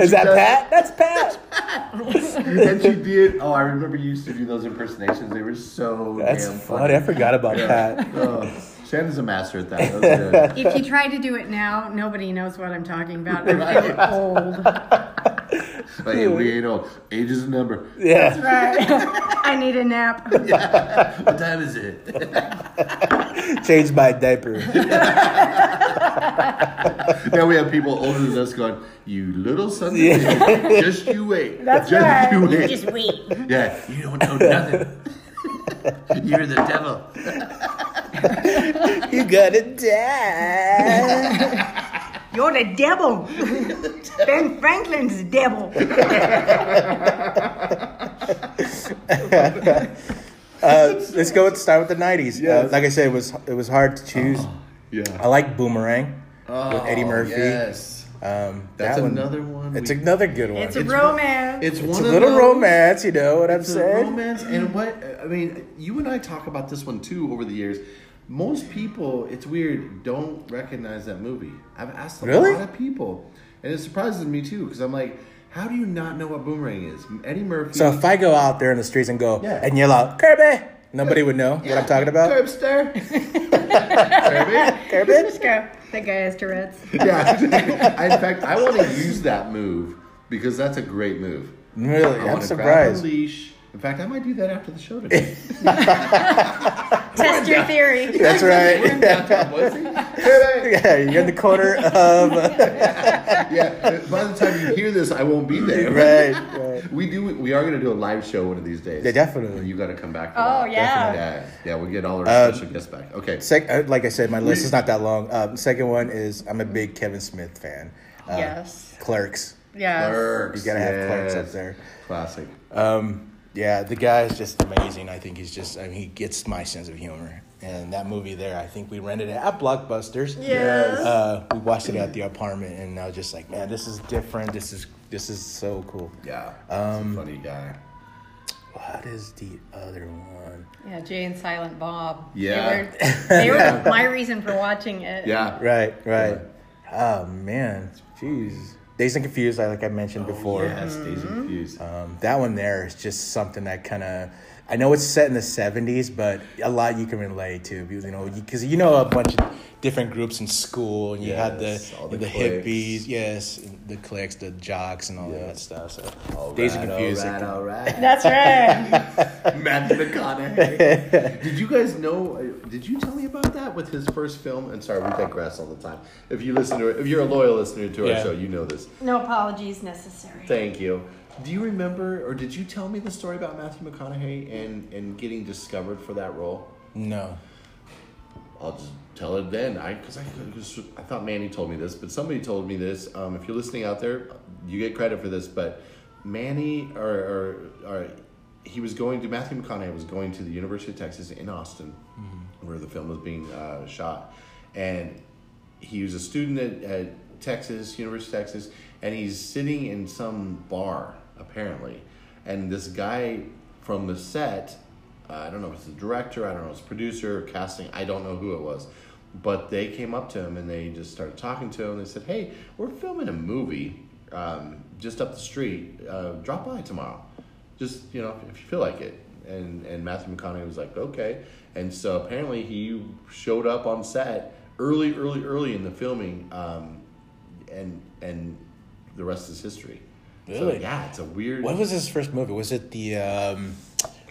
Speaker 1: is that Pat? That's Pat.
Speaker 2: And she did. Oh, I remember you used to do those impersonations. They were so
Speaker 1: That's
Speaker 2: damn
Speaker 1: funny.
Speaker 2: funny.
Speaker 1: I forgot about Pat. [LAUGHS]
Speaker 2: Oh, Shannon's a master at that. That was
Speaker 4: If you try to do it now, nobody knows what I'm
Speaker 2: [LAUGHS]
Speaker 4: talking about. I'm getting old.
Speaker 2: good. Like, we ain't old. Age is a number.
Speaker 1: Yeah.
Speaker 4: Right. [LAUGHS] I need a nap.
Speaker 2: [LAUGHS] What time is it? [LAUGHS]
Speaker 1: Change my diaper.
Speaker 2: now we have people older than us going, "You little son of a bitch. Just you wait.
Speaker 4: [LAUGHS] That's
Speaker 2: just
Speaker 4: right.
Speaker 2: you wait.
Speaker 4: Just wait.
Speaker 2: yeah, you don't know nothing. [LAUGHS] You're the devil."
Speaker 1: you gotta die.
Speaker 2: [LAUGHS]
Speaker 4: You're the [LAUGHS] devil. ben Franklin's the devil.
Speaker 1: Uh, Let's go. With, start with the nineties. Uh,
Speaker 2: Yes. Oh.
Speaker 1: like I said, it was it was hard to choose. I
Speaker 2: Yeah. Oh,
Speaker 1: like Boomerang with Eddie Murphy.
Speaker 2: Yes.
Speaker 1: Um,
Speaker 2: That's
Speaker 1: that one-
Speaker 2: another one.
Speaker 1: It's
Speaker 2: we-
Speaker 1: another good one.
Speaker 4: It's
Speaker 1: It's
Speaker 4: a
Speaker 1: a,
Speaker 4: romance.
Speaker 2: It's, one of
Speaker 1: little
Speaker 2: those-
Speaker 1: romance. You know what I'm
Speaker 2: It's a
Speaker 1: saying?
Speaker 2: romance, and what I mean, you and I talk about this one too over the years. Most people, it's weird, don't recognize that movie. I've asked a
Speaker 1: Really?
Speaker 2: lot of people, and it surprises me too because I'm like, how do you not know what Boomerang is? Eddie Murphy.
Speaker 1: So if I go out there in the streets and go
Speaker 2: Yeah.
Speaker 1: and yell out Kirby, nobody would know what I'm talking about.
Speaker 2: Curbster. Kirby?
Speaker 1: Kirby.
Speaker 4: Just go. That guy has Tourette's.
Speaker 2: Yeah. [LAUGHS] I- in fact, I want to use that move because that's a great move.
Speaker 1: Really,
Speaker 2: I
Speaker 1: I'm
Speaker 2: wanna grab a
Speaker 1: surprised.
Speaker 2: leash. In fact, I might do that after the show today. [LAUGHS]
Speaker 4: Test your theory.
Speaker 1: That's right.
Speaker 2: Kirby!
Speaker 1: [LAUGHS] yeah, you're in the corner of
Speaker 2: Yeah, uh, by the time you hear this, I won't
Speaker 1: [LAUGHS]
Speaker 2: be there.
Speaker 1: right. right.
Speaker 2: We do. We are going to do a live show one of these days.
Speaker 1: Yeah, definitely. Um,
Speaker 2: You got to come back. For
Speaker 4: Oh,
Speaker 2: that.
Speaker 4: yeah.
Speaker 2: yeah. Yeah, we'll get all our special guests back. Okay.
Speaker 1: Sec- uh, like I said, my list is not that long. Um, second one is I'm a big Kevin Smith fan. Uh,
Speaker 4: Yes.
Speaker 1: Clerks.
Speaker 4: Yes.
Speaker 2: Clerks.
Speaker 1: You gotta have clerks up
Speaker 2: yes.
Speaker 1: there.
Speaker 2: Classic.
Speaker 1: Yeah, the guy is just amazing. I think he's just, I mean, he gets my sense of humor. And that movie there, I think we rented it at Blockbusters.
Speaker 4: Yes.
Speaker 1: Uh, we watched it at the apartment, and I was just like, man, this is different. This is this is so cool.
Speaker 2: Yeah. Um, funny guy.
Speaker 1: What is the other one?
Speaker 4: Yeah, Jay and Silent Bob.
Speaker 2: Yeah.
Speaker 4: They were, they were my reason for watching it.
Speaker 2: Yeah.
Speaker 1: Right, right. Oh man, jeez. Days and Confused, I like I mentioned before.
Speaker 2: Yes. Days
Speaker 4: Mm-hmm.
Speaker 2: Confused.
Speaker 1: Um, that one there is just something that kind of I know it's set in the '70s, but a lot you can relate to. You know, because you, know a bunch of different groups in school, and you had
Speaker 2: Yes, all
Speaker 1: the
Speaker 2: the
Speaker 1: the,
Speaker 2: cliques.
Speaker 1: hippies, yes, and the cliques, the jocks, and all that stuff. So
Speaker 2: All
Speaker 1: Days
Speaker 2: right,
Speaker 1: and Confused.
Speaker 2: All
Speaker 1: like,
Speaker 2: right. All [LAUGHS]
Speaker 1: [LAUGHS]
Speaker 2: right.
Speaker 4: That's right.
Speaker 2: Matthew
Speaker 1: [LAUGHS]
Speaker 2: McConaughey. did you guys know? uh, Did you tell me about that with his first film? And sorry, we digress all the time. If you listen to, it, if you're a loyal listener to our
Speaker 1: Yeah.
Speaker 2: show, you know this.
Speaker 4: No apologies necessary.
Speaker 2: Thank you. Do you remember, or did you tell me the story about Matthew McConaughey and, and getting discovered for that role?
Speaker 1: no,
Speaker 2: I'll just tell it then. I because I, 'cause I thought Manny told me this, but somebody told me this. Um, if you're listening out there, you get credit for this. But Manny or, or, or he was going to Matthew McConaughey was going to the University of Texas in Austin, where the film was being uh, shot, and he was a student at, at Texas, University of Texas, and he's sitting in some bar apparently, and this guy from the set, uh, I don't know if it's the director, I don't know if it's producer, casting, I don't know who it was, but they came up to him and they just started talking to him. They said, "Hey, we're filming a movie um, just up the street. Uh, drop by tomorrow, just you know if you feel like it." And and Matthew McConaughey was like, "Okay," and so apparently he showed up on set early, early, early in the filming, um, and and the rest is history. So,
Speaker 1: Really?
Speaker 2: yeah, it's a weird.
Speaker 1: What was his first movie? Was it the um,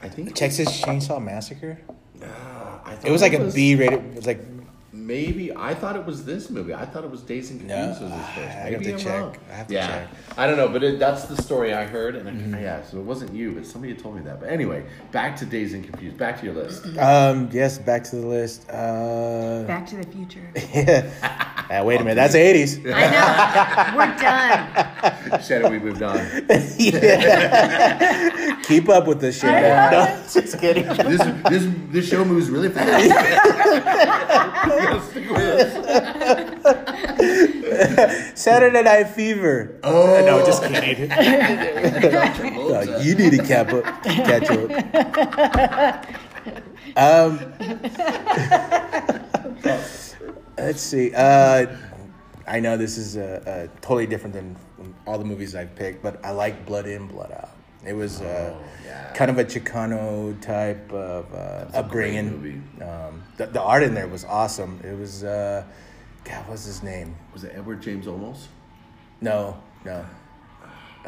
Speaker 2: I think
Speaker 1: Texas Chainsaw Massacre?
Speaker 2: I thought
Speaker 1: It was like a B rated. It was like
Speaker 2: Maybe I thought it was this movie. I thought it was Days and
Speaker 1: No,
Speaker 2: Confused was his
Speaker 1: I
Speaker 2: first.
Speaker 1: have
Speaker 2: Maybe
Speaker 1: to
Speaker 2: I'm
Speaker 1: check.
Speaker 2: wrong.
Speaker 1: I have to
Speaker 2: yeah.
Speaker 1: check. Mm-hmm.
Speaker 2: I don't know, but it, that's the story I heard, and I, yeah, so it wasn't you, but somebody told me that. But anyway, back to Days and Confused. Back to your list. [LAUGHS]
Speaker 1: um, yes. Back to the list. Uh,
Speaker 8: Back to the Future.
Speaker 1: ah, wait a minute. That's eighties.
Speaker 8: I know. We're done.
Speaker 2: Shadow, we moved on.
Speaker 1: Keep up with this shit. man. No, just kidding.
Speaker 2: This this this show moves really
Speaker 1: [LAUGHS]
Speaker 2: fast.
Speaker 1: Saturday Night Fever.
Speaker 2: Oh
Speaker 1: No, just kidding. No, you need to cap up, catch up. Um, let's see. Uh, I know this is uh, uh, totally different than all the movies I've picked, but I like Blood In, Blood Out. It was uh, kind of a Chicano type of uh, upbringing.
Speaker 2: movie.
Speaker 1: Um, the, the art in there was awesome. It was, uh, God, what's his name?
Speaker 2: Was it Edward James Olmos?
Speaker 1: No, no.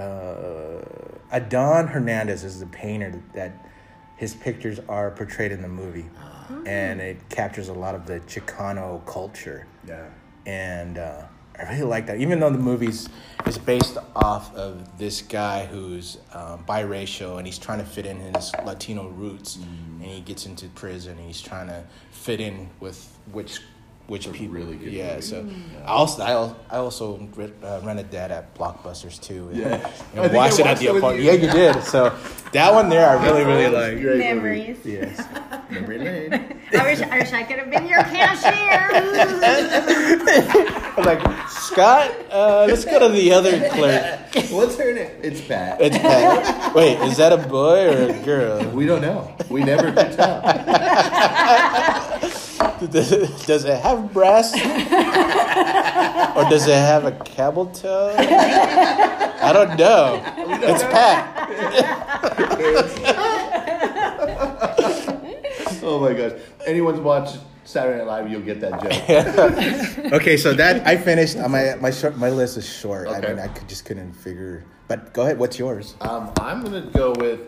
Speaker 1: Uh, Adon Hernandez is the painter that his pictures are portrayed in the movie, and it captures a lot of the Chicano culture.
Speaker 2: Yeah.
Speaker 1: And uh, I really like that, even though the movie's is based off of this guy who's um, biracial and he's trying to fit in his Latino roots,
Speaker 2: Mm.
Speaker 1: and he gets into prison and he's trying to fit in with which which
Speaker 2: a
Speaker 1: people.
Speaker 2: really good
Speaker 1: yeah,
Speaker 2: movie.
Speaker 1: so I also I, al- I also re- uh, rented that at Blockbusters too. [LAUGHS] And,
Speaker 2: Yeah. I
Speaker 1: and
Speaker 2: think I
Speaker 1: watched it
Speaker 2: watched
Speaker 1: at
Speaker 2: it
Speaker 1: the
Speaker 2: with
Speaker 1: apartment.
Speaker 2: you.
Speaker 1: Yeah, you did. So that one there, I really really
Speaker 2: [LAUGHS]
Speaker 1: like.
Speaker 2: Great movie.
Speaker 4: Memories.
Speaker 1: Yes.
Speaker 2: Memory lane.
Speaker 8: I wish I wish I could have been your cashier.
Speaker 1: I was like, Scott, uh, let's go to the other clerk.
Speaker 2: What's her name? It's Pat.
Speaker 1: It's Pat. Wait, is that a boy or a girl?
Speaker 2: we don't know. We never could
Speaker 1: [LAUGHS]
Speaker 2: tell.
Speaker 1: Does it have brass? Or does it have a camel toe? I don't know. It's Pat.
Speaker 2: Oh my gosh. Anyone's watched Saturday Night Live, you'll get that
Speaker 1: [LAUGHS]
Speaker 2: joke.
Speaker 1: Okay, so that I finished. uh, My my short, my list is short. I
Speaker 2: Okay.
Speaker 1: mean, I could, just couldn't figure. But go ahead. What's yours?
Speaker 2: um, I'm gonna go with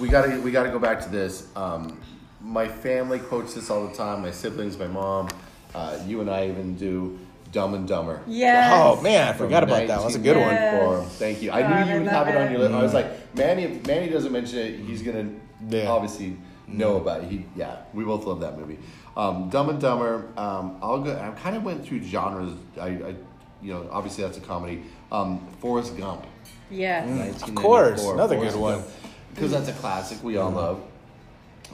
Speaker 2: we gotta we gotta go back to this. Um, my family quotes this all the time. My siblings, my mom, uh, you and I even do Dumb and Dumber.
Speaker 4: Yes.
Speaker 1: Oh man, I forgot about that. That's a good one. Mm.
Speaker 4: Yeah.
Speaker 2: one. Thank you. I
Speaker 4: God,
Speaker 2: knew you
Speaker 4: I
Speaker 2: would
Speaker 4: love
Speaker 2: have it on
Speaker 4: it.
Speaker 2: your list. I was like, Manny. If Manny doesn't mention it, he's gonna
Speaker 1: Yeah. Mm.
Speaker 2: obviously know about it. He, yeah, we both love that movie. Um, Dumb and Dumber. Um, I'll go. I kind of went through genres. I, I, you know, obviously that's a comedy. Um, Forrest Gump.
Speaker 4: Yes.
Speaker 1: Of course, another good one.
Speaker 2: Because that's a classic we all love.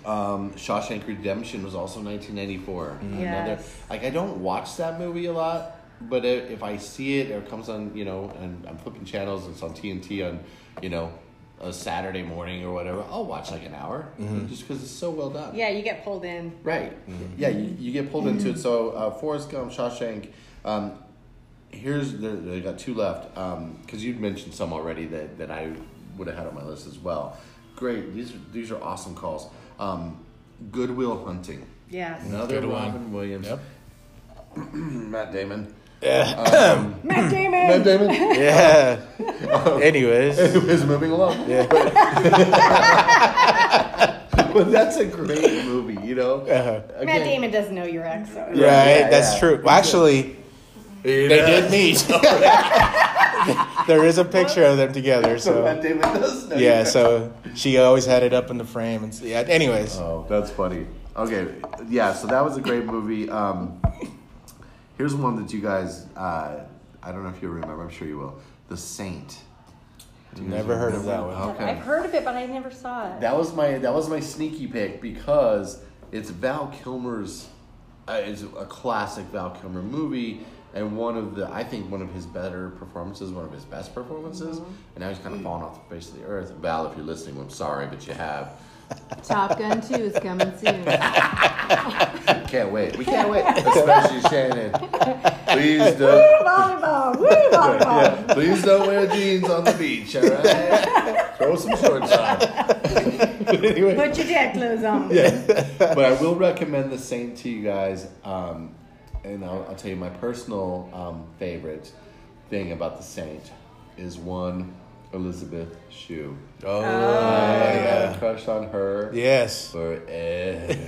Speaker 2: Um, Shawshank Redemption was also 1994. Another,
Speaker 4: Yes.
Speaker 2: like I don't watch that movie a lot, but i- if I see it or it comes on, you know, and I'm flipping channels, it's on TNT on, you know, a Saturday morning or whatever, I'll watch like an hour
Speaker 1: Mm-hmm.
Speaker 2: just because it's so well done.
Speaker 4: Yeah, you get pulled in.
Speaker 2: Right. Yeah, you, you get pulled into it. So uh, Forrest Gump, Shawshank. Um, here's the, I got two left because you'd mentioned some already that, that I would have had on my list as well. Great. These are, these are awesome calls. Um, Goodwill Hunting.
Speaker 4: Yes.
Speaker 2: Another
Speaker 1: Mm-hmm. Good one.
Speaker 2: Robin Williams.
Speaker 1: Yep.
Speaker 2: [CLEARS THROAT] Matt Damon.
Speaker 4: Matt Damon.
Speaker 2: Matt [LAUGHS] Damon.
Speaker 1: Yeah.
Speaker 2: [LAUGHS]
Speaker 1: Anyways,
Speaker 2: is moving along. Yeah. But, [LAUGHS] but that's a great movie, you know.
Speaker 1: Uh-huh.
Speaker 2: Again,
Speaker 4: Matt Damon doesn't know your ex. So.
Speaker 1: right? that's
Speaker 2: yeah.
Speaker 1: true. Well, actually,
Speaker 2: They
Speaker 1: they
Speaker 2: [LAUGHS]
Speaker 1: did meet. [LAUGHS] there is a picture of them together. So.
Speaker 2: Matt Damon does. know
Speaker 1: [LAUGHS] yeah,
Speaker 2: you.
Speaker 1: so she always had it up in the frame and yeah. Anyways,
Speaker 2: Oh, that's funny. Okay, yeah. So that was a great movie. Um, here's one that you guys, uh, I don't know if you remember. I'm sure you will. The Saint.
Speaker 1: never heard of that one.
Speaker 2: Okay.
Speaker 4: I've heard of it, but I
Speaker 2: [LAUGHS]
Speaker 4: never saw it.
Speaker 2: That was my that was my sneaky pick because it's Val Kilmer's uh, is a classic Val Kilmer movie and one of the I think one of his better performances, one of his best performances.
Speaker 4: Mm-hmm.
Speaker 2: And now he's kind of fallen off the face of the earth. Val, if you're listening, I'm sorry, but you have.
Speaker 4: Top Gun 2 is coming [LAUGHS] soon.
Speaker 2: Can't wait. We can't wait, especially Shannon. Please don't.
Speaker 4: volleyball, woo, volleyball.
Speaker 2: Yeah, please don't wear jeans on the beach. All right, throw some shorts on. anyway.
Speaker 4: Put your dad clothes on.
Speaker 2: but I will recommend the same to you guys. Um, and I'll, I'll tell you my personal um, favorite thing about the Saint is one Elizabeth Shue.
Speaker 1: Oh,
Speaker 2: I
Speaker 1: yeah.
Speaker 2: had a crush on her
Speaker 1: Yes.
Speaker 2: forever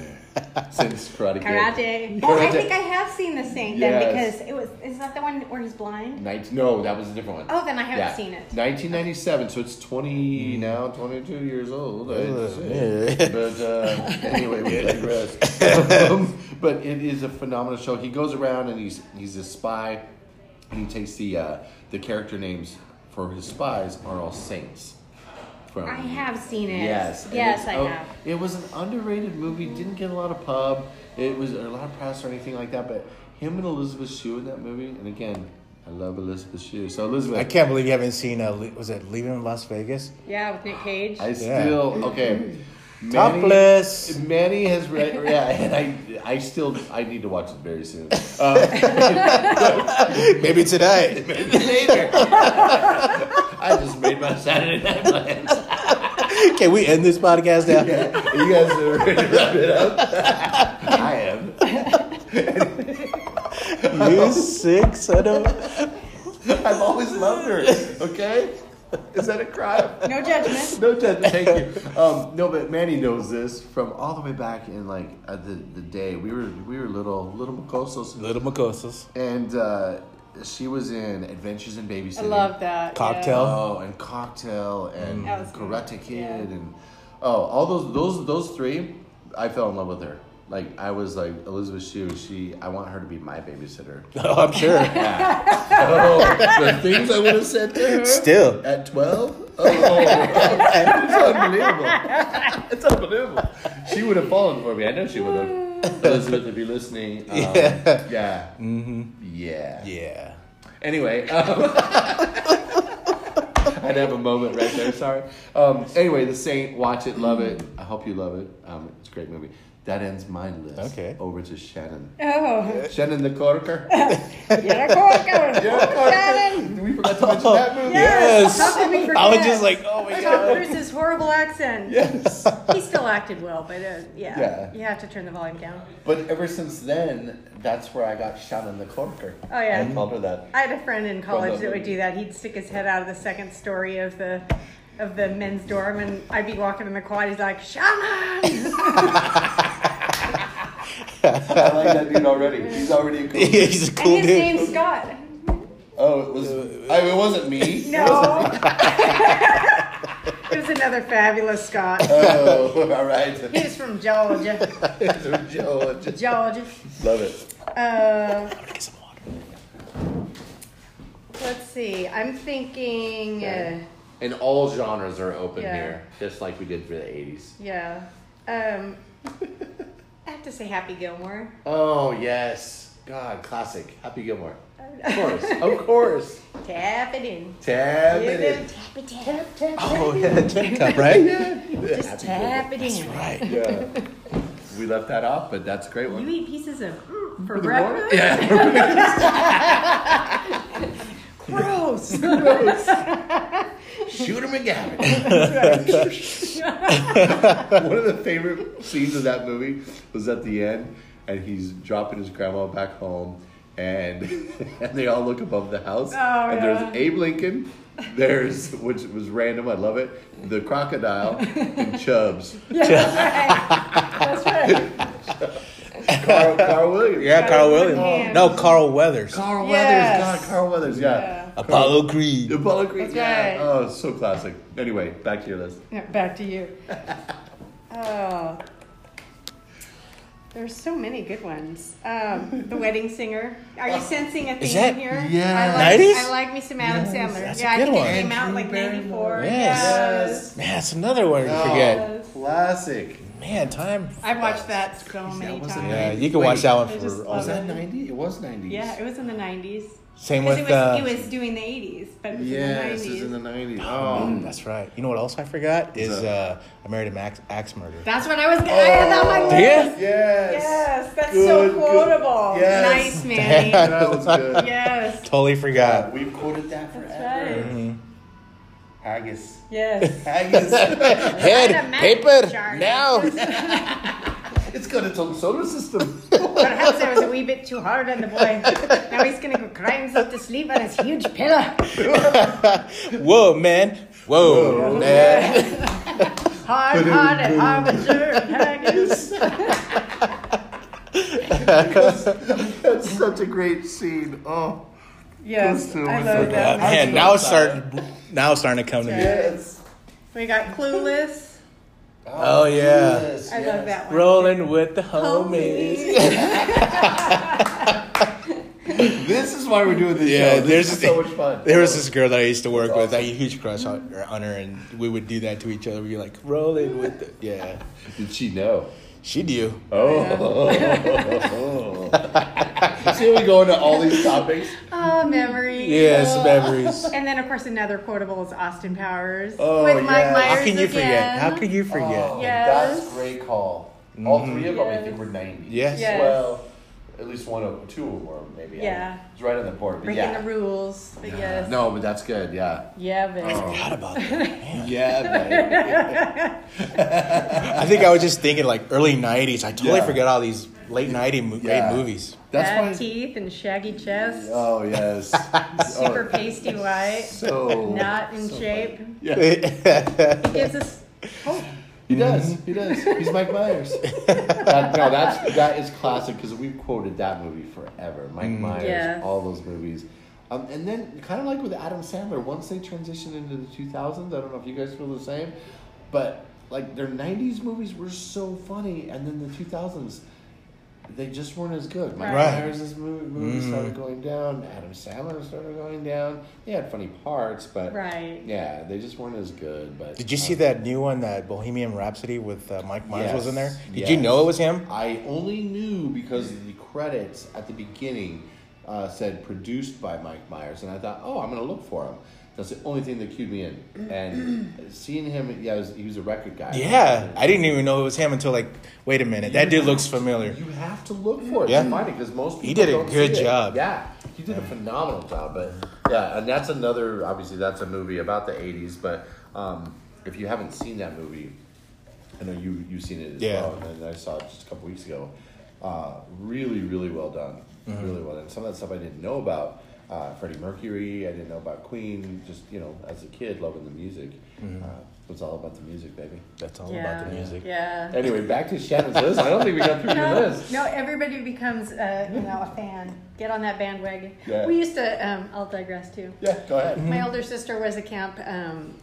Speaker 2: since Karate Kid.
Speaker 4: Karate. Oh, I
Speaker 2: Karate.
Speaker 4: think I have seen the Saint
Speaker 2: Yes.
Speaker 4: then because it was. Is that the one where he's blind?
Speaker 2: Nineteen- no, that was a different one.
Speaker 4: Oh, then I haven't seen it.
Speaker 2: 1997, so it's 20 now, 22 years old. I
Speaker 1: Hmm. Ugh,
Speaker 2: say.
Speaker 1: yeah.
Speaker 2: But uh,
Speaker 1: [LAUGHS]
Speaker 2: anyway, we digress. Um, but it is a phenomenal show. He goes around and he's he's a spy, and he takes the uh, the character names for his spies are all saints. From
Speaker 4: I have seen it.
Speaker 2: Yes. and
Speaker 4: Yes,
Speaker 2: it's-
Speaker 4: I
Speaker 2: oh,
Speaker 4: have.
Speaker 2: It was an underrated movie. Didn't get a lot of pub. It was or a lot of press or anything like that. But him and Elizabeth Shue in that movie, and again, I love Elizabeth Shue. So Elizabeth,
Speaker 1: I can't believe you haven't seen, uh, Le- was it Leaving Las Vegas?
Speaker 4: Yeah, with Nick Cage.
Speaker 2: I
Speaker 1: Yeah.
Speaker 2: still okay. Manny-
Speaker 1: [LAUGHS] Topless.
Speaker 2: Manny has read. Yeah, and I, I still, I need to watch it very [LAUGHS] soon. Uh,
Speaker 1: Maybe [LAUGHS] today.
Speaker 2: later. [LAUGHS] I just made my Saturday night plans.
Speaker 1: Can we end this podcast now?
Speaker 2: you guys are ready to wrap it up. [LAUGHS] I am.
Speaker 1: You sick son of a-
Speaker 2: I've always loved her. Okay, is that a crime?
Speaker 4: no judgment.
Speaker 2: No, Ted, thank you. Um, no, but Manny knows this from all the way back in like uh, the the day we were we were little little Mocosos,
Speaker 1: Little Macosas.
Speaker 2: and uh, she was in Adventures in Babysitting.
Speaker 4: I love that.
Speaker 1: Cocktail.
Speaker 2: Oh, and Cocktail and
Speaker 4: That was good.
Speaker 2: Karate Kid
Speaker 4: Yeah.
Speaker 2: and oh, all those those those three, I fell in love with her. Like I was like Elizabeth Shue. She, I want her to be my
Speaker 4: [LAUGHS]
Speaker 2: babysitter.
Speaker 1: [LAUGHS] Oh, I'm sure.
Speaker 2: oh, the things I would have said to her.
Speaker 1: Still.
Speaker 2: At 12? Oh, it's unbelievable. It's unbelievable. She would have fallen for me. I know she would have. Elizabeth, if you're listening, um, [LAUGHS] yeah. Yeah. yeah.
Speaker 1: Yeah.
Speaker 2: Anyway, um, [LAUGHS] I'd have a moment right there, sorry. Um, anyway, The Saint, watch it, love it. I hope you love it. Um, it's a great movie. That ends my list.
Speaker 1: Okay.
Speaker 2: Over to Shannon.
Speaker 4: Oh,
Speaker 2: Shannon the Corker.
Speaker 4: [LAUGHS] yeah, Corker. Shannon.
Speaker 2: We forgot to mention that movie.
Speaker 1: Yes.
Speaker 4: How could we
Speaker 1: I was
Speaker 4: forget?
Speaker 1: just like, oh [LAUGHS] my
Speaker 4: Tom
Speaker 1: god.
Speaker 4: Cruise's horrible accent.
Speaker 2: Yes.
Speaker 4: He still acted well, but uh, yeah,
Speaker 2: Yeah.
Speaker 4: you have to turn the volume down.
Speaker 2: [LAUGHS] But ever since then, that's where I got Shannon the Corker.
Speaker 4: Oh, yeah.
Speaker 2: I called her that.
Speaker 4: I had a friend in college
Speaker 2: the-
Speaker 4: that would do that. He'd stick his head out of the second story of the of the men's dorm, and I'd be walking in the quad. He's
Speaker 1: [LAUGHS]
Speaker 4: like, "Shaman."
Speaker 2: I like that dude already. He's already a cool
Speaker 1: [LAUGHS]
Speaker 2: dude.
Speaker 1: He's a
Speaker 4: And
Speaker 1: cool
Speaker 4: his
Speaker 1: dude.
Speaker 4: name's Scott.
Speaker 2: Oh, it was. I mean, it wasn't me.
Speaker 4: No. [LAUGHS] it was another fabulous Scott.
Speaker 2: Oh, [LAUGHS] all right.
Speaker 4: He was from Georgia.
Speaker 2: Joe, just
Speaker 4: Georgia.
Speaker 2: love it.
Speaker 4: Uh,
Speaker 1: Get some water.
Speaker 4: let's see. I'm thinking. Uh,
Speaker 2: And all genres are open
Speaker 4: Yeah.
Speaker 2: here, just like we did for the '80s.
Speaker 4: yeah. Um, I have to say Happy Gilmore.
Speaker 2: Oh yes, God, classic. Happy Gilmore. Of
Speaker 4: [LAUGHS]
Speaker 2: course, of course.
Speaker 4: Tap it in.
Speaker 2: Tab
Speaker 4: You
Speaker 2: it
Speaker 4: know,
Speaker 2: in.
Speaker 4: Tap it, tap, tap, tap.
Speaker 1: Oh, yeah, the tip cup, [LAUGHS] right?
Speaker 4: Just tap it in.
Speaker 1: Right.
Speaker 2: Yeah. We left that off, but that's a great
Speaker 4: You
Speaker 2: one.
Speaker 4: eat pieces of mm, for breakfast?
Speaker 2: Yeah.
Speaker 4: Gross.
Speaker 2: Shooter
Speaker 4: [LAUGHS]
Speaker 2: McGavin. [LAUGHS] One of the favorite scenes of that movie was at the end, and he's dropping his grandma back home, and [LAUGHS] and they all look above the house,
Speaker 4: Oh,
Speaker 2: and
Speaker 4: yeah.
Speaker 2: there's Abe Lincoln, there's which was random, I love it, the crocodile,
Speaker 4: [LAUGHS]
Speaker 2: and Chubbs,
Speaker 4: That's right.
Speaker 2: Carl, Carl Williams,
Speaker 1: Yeah, Carl Williams.
Speaker 4: Williams.
Speaker 1: No, Carl Weathers.
Speaker 2: Carl
Speaker 4: Yes.
Speaker 2: Weathers, God, Carl Weathers, yeah,
Speaker 1: Apollo Creed.
Speaker 2: the Apollo Creed,
Speaker 4: That's
Speaker 2: yeah,
Speaker 4: right.
Speaker 2: oh, so classic. Anyway,
Speaker 4: [LAUGHS]
Speaker 2: back to your list.
Speaker 4: Yeah, Back to you. Oh. There's so many good ones. Um, the Wedding Singer. Are you sensing a theme
Speaker 1: Oh. Is that-
Speaker 4: here?
Speaker 2: yeah.
Speaker 4: I like,
Speaker 1: 90s?
Speaker 4: I like me some Adam Sandler.
Speaker 1: that's a
Speaker 4: yeah, I
Speaker 1: good
Speaker 4: think
Speaker 1: one.
Speaker 4: it came out in like
Speaker 2: Andrew
Speaker 4: '94.
Speaker 1: Yes. Man, that's another word you
Speaker 2: Oh.
Speaker 1: forget.
Speaker 2: Classic.
Speaker 1: Man, time.
Speaker 4: I've watched that so many
Speaker 2: was a
Speaker 4: times.
Speaker 1: Yeah,
Speaker 2: Yeah,
Speaker 1: you can watch
Speaker 2: wait.
Speaker 1: that one
Speaker 4: I just
Speaker 1: for
Speaker 4: love
Speaker 1: all
Speaker 2: Was that
Speaker 1: that.
Speaker 2: 90? It was 90s.
Speaker 4: Yeah, it was in the '90s.
Speaker 1: Same
Speaker 4: 'Cause
Speaker 1: with
Speaker 4: it was,
Speaker 1: uh,
Speaker 4: it was doing the '80s, but it was
Speaker 2: Yes, it was
Speaker 4: in
Speaker 2: in
Speaker 4: the
Speaker 2: the
Speaker 4: '90s.
Speaker 2: 90s.
Speaker 1: Mm,
Speaker 2: Oh.
Speaker 1: that's right. You know what else I forgot is
Speaker 2: What's
Speaker 1: uh, I married a max axe murder.
Speaker 4: That's what I was. I had that on
Speaker 1: Oh.
Speaker 4: my
Speaker 1: Yeah.
Speaker 4: list.
Speaker 2: Yes.
Speaker 4: Yes, that's
Speaker 2: Good,
Speaker 4: so
Speaker 2: good.
Speaker 4: quotable.
Speaker 2: Yes.
Speaker 1: [LAUGHS]
Speaker 4: Nice, Manny.
Speaker 2: That was good.
Speaker 4: yes,
Speaker 1: Totally forgot.
Speaker 2: We've quoted that forever.
Speaker 4: That's right.
Speaker 1: Mm-hmm.
Speaker 2: Haggis.
Speaker 4: yes.
Speaker 1: [LAUGHS]
Speaker 2: Haggis.
Speaker 1: Head,
Speaker 8: max
Speaker 1: paper,
Speaker 8: jar. [LAUGHS]
Speaker 1: now.
Speaker 4: [LAUGHS]
Speaker 1: [LAUGHS]
Speaker 2: it's got its own solar system. [LAUGHS]
Speaker 8: Perhaps I was a wee bit too hard on the boy. Now he's gonna go crying himself to sleep on his huge pillow.
Speaker 1: Whoa, man. Whoa, man.
Speaker 8: [LAUGHS] Hard, hard, and harbinger of haggis.
Speaker 2: That's such a great scene. Oh.
Speaker 4: Yes,
Speaker 2: Those two
Speaker 4: I
Speaker 2: were
Speaker 4: love
Speaker 2: so
Speaker 1: Uh,
Speaker 4: that.
Speaker 1: man, now it's starting. Now it's starting to come to me.
Speaker 2: Yes.
Speaker 4: We got Clueless.
Speaker 1: Oh yeah.
Speaker 2: Yes,
Speaker 4: I love that one.
Speaker 1: Rolling with the homies.
Speaker 2: This is why we're doing this
Speaker 1: Yeah,
Speaker 2: show. This
Speaker 1: there's
Speaker 2: is so much fun.
Speaker 1: There was this girl that I used to work with. I had a huge crush on, on her, and we would do that to each other. We'd be like, rolling with the. Yeah.
Speaker 2: Did she know?
Speaker 1: She do.
Speaker 2: Oh. [LAUGHS] See, we go into all these topics.
Speaker 4: Oh, memories.
Speaker 1: Yes, memories.
Speaker 4: And then, of course, another quotable is Austin Powers
Speaker 2: Oh,
Speaker 4: with Mike
Speaker 2: yes.
Speaker 4: Myers
Speaker 1: How can you
Speaker 4: again.
Speaker 1: forget? How can you
Speaker 2: [LAUGHS]
Speaker 1: forget?
Speaker 2: Oh,
Speaker 4: Yes.
Speaker 2: That's a great call. All three of them, I think, were 90s.
Speaker 1: Yes.
Speaker 4: Yes.
Speaker 2: Well, at least one of two of them were, maybe.
Speaker 4: Yeah.
Speaker 2: It's right on the board. But
Speaker 4: Breaking
Speaker 2: yeah.
Speaker 4: the rules. But yes.
Speaker 2: No, but that's good. Yeah.
Speaker 4: Yeah, but
Speaker 1: forgot about that.
Speaker 4: [LAUGHS]
Speaker 2: Yeah.
Speaker 1: Oh. I think I was just thinking like early '90s. I totally
Speaker 2: Yeah.
Speaker 1: forgot all these late '90s mo-
Speaker 2: Yeah.
Speaker 1: great [LAUGHS] movies.
Speaker 4: bad
Speaker 2: that's why.
Speaker 4: teeth and shaggy chest.
Speaker 2: Oh [LAUGHS] yes.
Speaker 4: Super
Speaker 2: oh,
Speaker 4: pasty white.
Speaker 2: so
Speaker 4: [LAUGHS] Not in shape.
Speaker 2: Yeah.
Speaker 4: Gives us
Speaker 2: He does. He does. He's Mike [LAUGHS] Myers. That- no, that's that is classic because we've quoted that movie forever. Mike Myers,
Speaker 4: Yes.
Speaker 2: all those movies. Um, and then kind of like with Adam Sandler, once they transitioned into the 2000s, I don't know if you guys feel the same, but like their 90s movies were so funny, and then the 2000s. They just weren't as good. Mike
Speaker 1: Right.
Speaker 2: Myers' movie, movie started going down. Adam Sandler started going down. They had funny parts, but
Speaker 4: right.
Speaker 2: yeah, they just weren't as good. But
Speaker 1: Did you see
Speaker 2: um,
Speaker 1: that new one that Bohemian Rhapsody with uh, Mike Myers was in there?
Speaker 2: Yes.
Speaker 1: Did you
Speaker 2: Yes.
Speaker 1: know it was him?
Speaker 2: I only knew because the credits at the beginning uh, said produced by Mike Myers, and I thought, oh, I'm going to look for him. That's the only thing that cued me in. And seeing him, yeah, he was, he was a record guy.
Speaker 1: Yeah, I didn't even know it was him until like, wait a minute, that dude looks familiar.
Speaker 2: You have to look for it
Speaker 1: Yeah.
Speaker 2: to find it because most people
Speaker 1: He did a
Speaker 2: don't see
Speaker 1: good
Speaker 2: it.
Speaker 1: job.
Speaker 2: Yeah, he did a phenomenal job. But yeah, and that's another. Obviously, that's a movie about the '80s. But um, if you haven't seen that movie, I know you you've seen it as
Speaker 1: Yeah.
Speaker 2: well, and I saw it just a couple weeks ago. Uh, really, really well done.
Speaker 1: Mm-hmm.
Speaker 2: Really well done. Some of that stuff I didn't know about uh, Freddie Mercury. I didn't know about Queen. Just you know, as a kid, loving the music. Uh, it was all about the music, baby.
Speaker 1: Mm-hmm. That's all
Speaker 4: yeah.
Speaker 1: [LAUGHS] about the music.
Speaker 4: Yeah.
Speaker 2: Anyway, back to Shannon's list. I don't think we got through your
Speaker 4: No,
Speaker 2: list.
Speaker 4: no, everybody becomes uh, you know a fan. Get on that bandwagon.
Speaker 2: Yeah.
Speaker 4: We used to. Um, I'll digress too.
Speaker 2: Yeah, go ahead.
Speaker 1: Mm-hmm.
Speaker 4: My older sister was a camp. Um,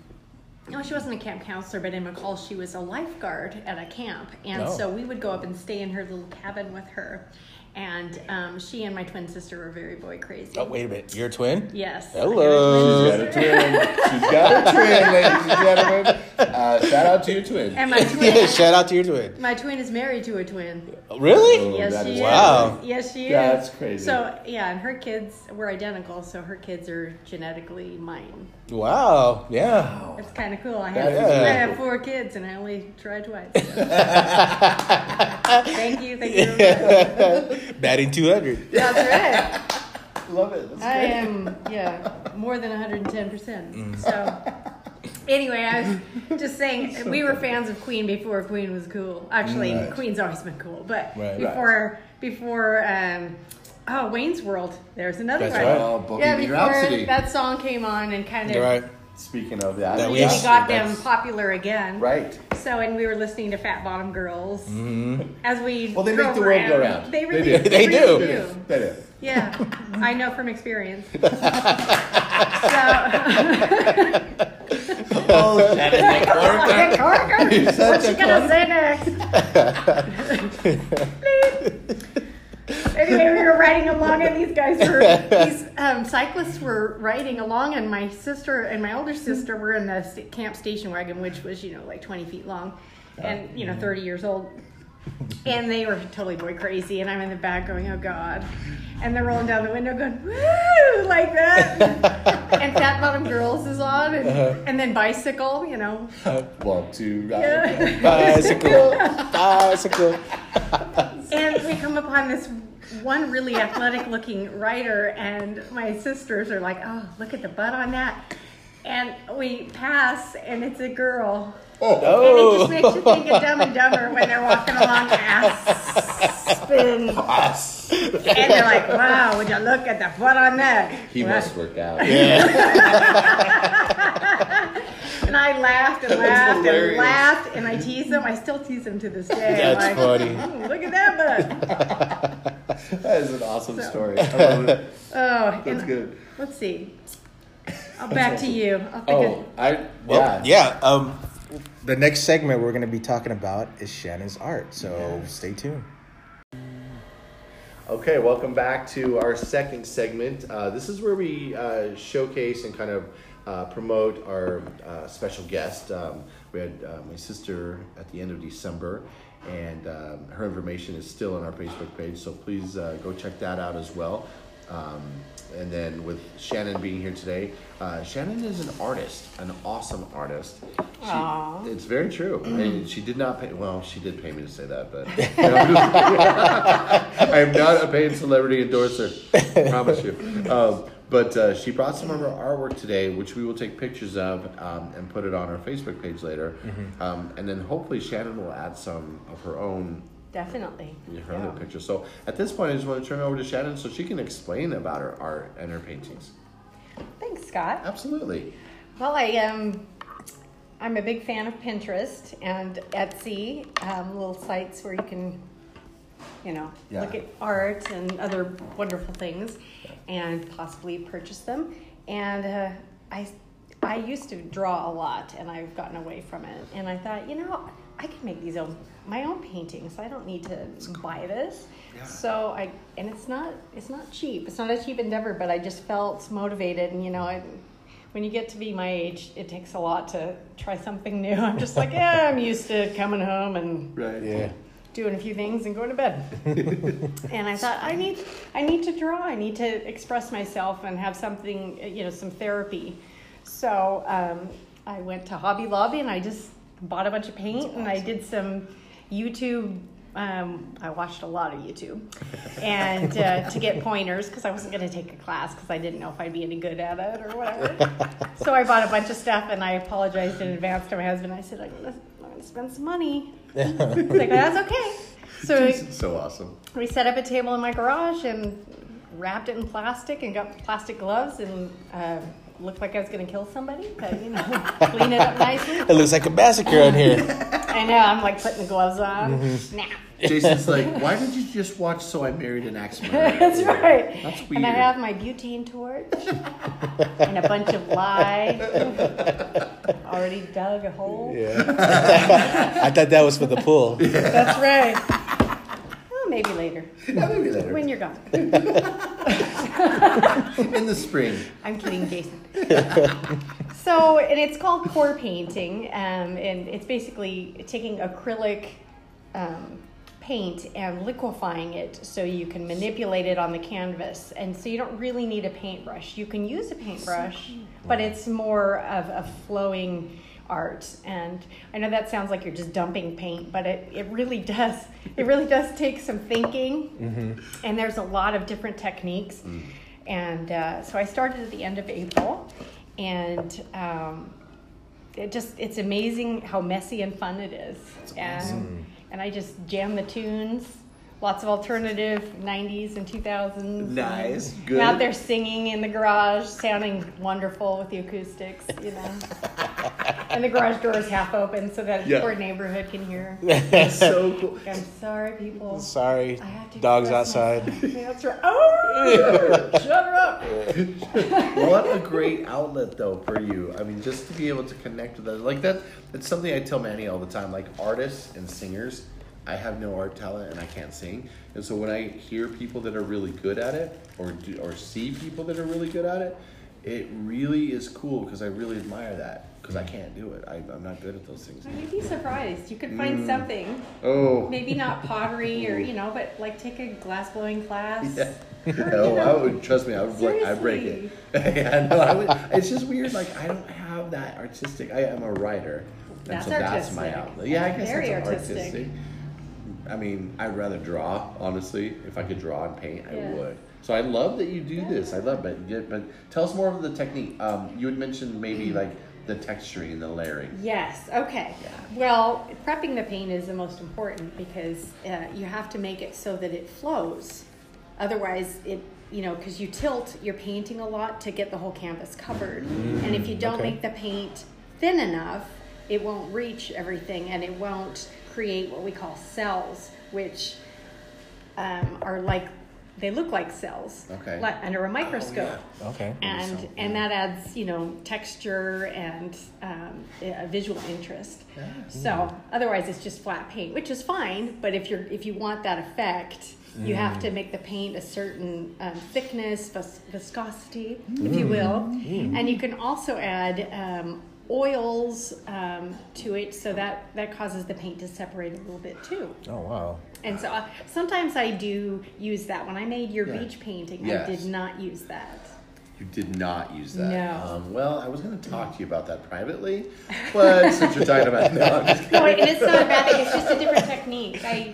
Speaker 4: no, she wasn't a camp counselor, but in McCall, she was a lifeguard at a camp, and
Speaker 1: Oh.
Speaker 4: so we would go up and stay in her little cabin with her. And um, she and my twin sister were very boy crazy.
Speaker 1: Oh wait a minute, you're a twin?
Speaker 4: Yes.
Speaker 1: Hello.
Speaker 4: [LAUGHS]
Speaker 2: She's got a twin. She's got a twin, ladies and gentlemen. Uh, shout out to your twin.
Speaker 4: And
Speaker 1: [LAUGHS]
Speaker 4: my twin.
Speaker 1: Yeah, shout out to your twin.
Speaker 4: My twin is married to a twin.
Speaker 1: Really?
Speaker 2: Oh,
Speaker 4: Yes,
Speaker 2: that
Speaker 4: she
Speaker 2: is
Speaker 4: is.
Speaker 1: Wow.
Speaker 4: Yes, she is.
Speaker 2: That's crazy.
Speaker 4: So yeah, and her kids were identical, so her kids are genetically mine.
Speaker 1: Wow. Yeah.
Speaker 4: It's kind of cool. I
Speaker 2: That
Speaker 4: have,
Speaker 2: is
Speaker 4: I
Speaker 2: really
Speaker 4: have
Speaker 2: cool.
Speaker 4: four kids, and I only
Speaker 1: [LAUGHS]
Speaker 4: tried twice. so. thank you, thank you. very much.
Speaker 1: Batting 200.
Speaker 4: That's right.
Speaker 2: Love it. That's
Speaker 4: I
Speaker 2: great.
Speaker 4: am yeah more than 110
Speaker 1: Mm.
Speaker 4: percent. So. Anyway, I was
Speaker 1: [LAUGHS]
Speaker 4: just saying we were fans of Queen before Queen was cool. Actually,
Speaker 1: Right.
Speaker 4: Queen's always been cool, but
Speaker 1: Right.
Speaker 4: before before um, oh Wayne's World, there's another
Speaker 1: That's
Speaker 4: one.
Speaker 1: right.
Speaker 2: Oh,
Speaker 4: Yeah,
Speaker 2: Bohemian
Speaker 4: before
Speaker 2: Rhapsody.
Speaker 4: that song came on and kind of
Speaker 1: You're right.
Speaker 2: Speaking of that,
Speaker 1: That we
Speaker 4: really
Speaker 1: Yes.
Speaker 4: got them
Speaker 2: That's-
Speaker 4: popular again.
Speaker 2: Right.
Speaker 4: So, and we were listening to Fat Bottom Girls as we.
Speaker 2: Well, they
Speaker 4: drove
Speaker 2: make the world go round. [LAUGHS] They
Speaker 4: They really,
Speaker 2: do.
Speaker 1: [LAUGHS] They do.
Speaker 4: really
Speaker 2: That is.
Speaker 4: Yeah,
Speaker 2: [LAUGHS]
Speaker 4: I know from experience. so,
Speaker 2: Bullshit.
Speaker 8: The corker? What's she gonna say next?
Speaker 4: anyway, we were riding along, and these guys were these um, cyclists were riding along, and my sister and my older sister were in the st- camp station wagon, which was you know like twenty feet long, and you know thirty years old, and they were totally boy crazy, and I'm in the back going, oh god. And they're rolling down the window going, woo, like that. and Fat Bottom Girls is on, and, and then Bicycle, you know.
Speaker 2: One, two,
Speaker 4: [LAUGHS]
Speaker 2: right.
Speaker 1: Ah, Bicycle. Bicycle.
Speaker 4: And we come upon this one really athletic looking rider, and my sisters are like, oh, look at the butt on that. And we pass, and it's a girl. And it just makes you think of Dumb and Dumber when they're walking along Aspen. And they're like, wow, would you look at the butt on that?
Speaker 2: He
Speaker 4: Well,
Speaker 2: must work out.
Speaker 4: And I laughed and laughed and
Speaker 2: hilarious.
Speaker 4: laughed, and I teased them. I still tease them to this day.
Speaker 1: That's
Speaker 4: I'm like,
Speaker 1: funny.
Speaker 4: "Mm, look at that butt.
Speaker 2: [LAUGHS] That is an awesome
Speaker 1: [LAUGHS]
Speaker 2: story. I love it.
Speaker 4: Oh,
Speaker 2: That's
Speaker 4: and
Speaker 2: good.
Speaker 4: Let's see. I'll back to you. I'll think
Speaker 2: Oh,
Speaker 4: of,
Speaker 2: I
Speaker 1: Well,
Speaker 2: yeah.
Speaker 1: yeah. um, the next segment we're going to be talking about is Shannon's art. So stay tuned.
Speaker 2: Okay, welcome back to our second segment. Uh, this is where we uh, showcase and kind of uh, promote our uh, special guest. Um, we had uh, my sister at the end of December, and um, her information is still on our Facebook page, so please uh, go check that out as well. Um, and then with Shannon being here today, uh, Shannon is an artist, an awesome artist. She, it's very true. And she did not pay, well, she did pay me to say that, but. I am not a paid celebrity endorser. promise you. Um, but uh, she brought some of her artwork today, which we will take pictures of um, and put it on our Facebook page later. Um, and then hopefully Shannon will add some of her own
Speaker 4: definitely.
Speaker 2: her own pictures. So at this point, I just want to turn it over to Shannon so she can explain about her art and her paintings.
Speaker 4: Thanks, Scott.
Speaker 2: Absolutely.
Speaker 4: Well, I um, I'm a big fan of Pinterest and Etsy, um, little sites where you can, you know,
Speaker 2: Yeah.
Speaker 4: look at art and other wonderful things, and possibly purchase them. And uh, I, I used to draw a lot, and I've gotten away from it. And I thought, you know, I can make these own my own paintings. I don't need to buy this. So I, and it's not it's not cheap. It's not a cheap endeavor, but I just felt motivated, and you know, I when you get to be my age, it takes a lot to try something new. I'm just
Speaker 2: [LAUGHS]
Speaker 4: like, yeah, I'm used to coming home and
Speaker 2: Right.
Speaker 1: Yeah.
Speaker 4: doing a few things and going to bed. and I thought, I need, I need to draw. I need to express myself and have something, you know, some therapy. So um, I went to Hobby Lobby and I just bought a bunch of paint and I did some YouTube. Um, I watched a lot of YouTube, and uh, to get pointers because I wasn't going to take a class because I didn't know if I'd be any good at it or whatever. so I bought a bunch of stuff, and I apologized in advance to my husband. I said, "I'm going to spend some money." He's like, "That's okay." So we-
Speaker 2: So awesome.
Speaker 4: we set up a table in my garage and wrapped it in plastic and got plastic gloves and uh, looked like I was going to kill somebody, but
Speaker 2: [LAUGHS]
Speaker 4: you know, clean it up nicely.
Speaker 1: It looks like a massacre in [LAUGHS] here.
Speaker 4: I know I'm like putting the gloves on.
Speaker 2: Mm-hmm.
Speaker 4: Snap.
Speaker 2: Jason's like, why did you just watch So I Married an Axe Murderer?
Speaker 4: [LAUGHS]
Speaker 2: [LAUGHS]
Speaker 4: That's right.
Speaker 2: That's
Speaker 4: And I
Speaker 2: weird.
Speaker 4: have my butane torch
Speaker 2: [LAUGHS]
Speaker 4: and a bunch of lye. Already dug a hole.
Speaker 1: I thought that was for the pool. [LAUGHS]
Speaker 4: That's right. Well, maybe later
Speaker 2: Yeah, maybe later.
Speaker 4: when you're gone.
Speaker 2: In the spring.
Speaker 4: I'm kidding, Jason. [LAUGHS] so, and it's called core painting, um, and it's basically taking acrylic um, paint and liquefying it so you can manipulate it on the canvas. And so you don't really need a paintbrush. You can use a paintbrush, but it's more of a flowing art. And I know that sounds like you're just dumping paint, but it, it really does. It really does take some thinking and there's a lot of different techniques.
Speaker 2: Mm.
Speaker 4: And uh, so I started at the end of April, and um, it just it's amazing how messy and fun it is. And and I just jam the tunes, lots of alternative '90s and 2000s.
Speaker 2: Nice.
Speaker 4: And
Speaker 2: Good.
Speaker 4: I'm out
Speaker 2: [LAUGHS]
Speaker 4: there singing in the garage, sounding wonderful with the acoustics, you know.
Speaker 8: and the garage door is half open so that
Speaker 2: Yeah.
Speaker 8: the poor neighborhood can hear.
Speaker 2: [LAUGHS] That's so cool.
Speaker 8: I'm sorry, people.
Speaker 1: Sorry,
Speaker 8: I have to
Speaker 1: dogs
Speaker 8: express
Speaker 1: outside.
Speaker 4: [LAUGHS]
Speaker 8: That's right. Oh, shut her up.
Speaker 2: what a great outlet though for you. I mean, just to be able to connect with others like that. It's something I tell Manny all the time. Like artists and singers, I have no art talent and I can't sing. And so when I hear people that are really good at it, or do, or see people that are really good at it, it really is cool because I really admire that. Because I can't do it. I, I'm not good at those things.
Speaker 4: You'd be surprised. You could
Speaker 2: Mm.
Speaker 4: find something.
Speaker 2: Oh.
Speaker 4: Maybe not pottery or you know, but like take a glass blowing class.
Speaker 2: Yeah. [LAUGHS] No, I would trust me. I would break. I break it. [LAUGHS] yeah, no, I would, it's just weird. Like I don't have that artistic. I am a writer, and
Speaker 4: That's
Speaker 2: so that's my
Speaker 4: artistic.
Speaker 2: outlet. Yeah, I guess
Speaker 4: Very
Speaker 2: that's
Speaker 4: artistic.
Speaker 2: I mean, I'd rather draw. Honestly, if I could draw and paint, I
Speaker 4: Yeah.
Speaker 2: would. So I love that you do this. I love it. Yeah, but tell us more of the technique. Um, you had mentioned maybe like the texturing and the layering.
Speaker 4: Yes. Okay. Well, prepping the paint is the most important because uh, you have to make it so that it flows. Otherwise, it you know because you tilt, you're painting a lot to get the whole canvas covered, and if you don't
Speaker 1: okay.
Speaker 4: make the paint thin enough, it won't reach everything, and it won't create what we call cells, which um, are like they look like cells
Speaker 2: Okay.
Speaker 4: like under a microscope
Speaker 1: Okay.
Speaker 4: and
Speaker 2: so-
Speaker 4: and that adds you know texture and um, a visual interest. So otherwise, it's just flat paint, which is fine. But if you're if you want that effect, you have
Speaker 2: Mm.
Speaker 4: to make the paint a certain um, thickness, vis- viscosity, if
Speaker 2: Mm.
Speaker 4: you will, and you can also add. Um, oils um, to it so that that causes the paint to separate a little bit too
Speaker 1: Oh wow.
Speaker 4: and so uh, sometimes i do use that when i made your
Speaker 2: Yeah.
Speaker 4: beach painting
Speaker 2: Yes.
Speaker 4: i did not use that
Speaker 2: You did not use that.
Speaker 4: No.
Speaker 2: Um, well, I was going to talk to you about that privately, but since you're talking about no, I'm
Speaker 4: [LAUGHS]
Speaker 2: just
Speaker 4: No, and it's not a bad thing. It's just a different technique. I,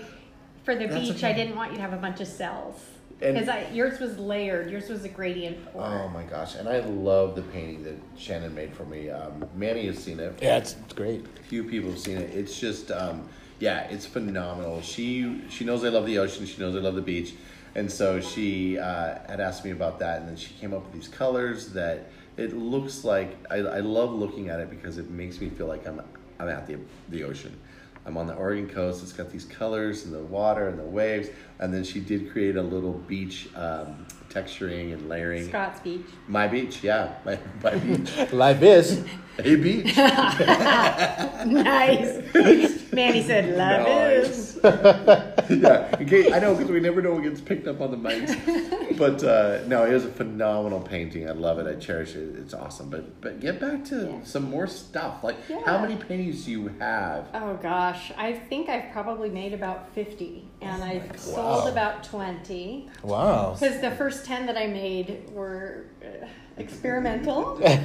Speaker 4: for the beach,
Speaker 2: okay.
Speaker 4: I didn't want you to have a bunch of cells
Speaker 2: And-
Speaker 4: because yours was layered. Yours was a gradient pour.
Speaker 2: Oh my gosh! And I love the painting that Shannon made for me. Um, Manny has seen it.
Speaker 1: Yeah, it's, it's great.
Speaker 2: Few people have seen it. It's just, um, yeah, it's phenomenal. She she knows I love the ocean. She knows I love the beach, and so she uh, had asked me about that, and then she came up with these colors that it looks like. I, I love looking at it because it makes me feel like I'm I'm at the the ocean. I'm on the Oregon coast. It's got these colors and the water and the waves, and then she did create a little beach um, texturing and layering.
Speaker 4: Scott's beach.
Speaker 2: My beach, yeah, my, my beach,
Speaker 1: Life is.
Speaker 2: a beach. [LAUGHS]
Speaker 4: Nice. Manny
Speaker 2: [LAUGHS]
Speaker 4: said, "Love is."
Speaker 2: Nice. yeah, in case- I know because we never know what gets picked up on the mics. But uh, no, it was a phenomenal painting. I love it. I cherish it. It's awesome. But but get back to some more stuff. Like how
Speaker 4: Yeah.
Speaker 2: many paintings do you have?
Speaker 4: Oh gosh, I think I've probably made about fifty, and
Speaker 2: Oh
Speaker 4: I've
Speaker 1: Wow.
Speaker 4: sold about twenty.
Speaker 1: Wow.
Speaker 4: Because the first 10 that I made were uh, experimental. and,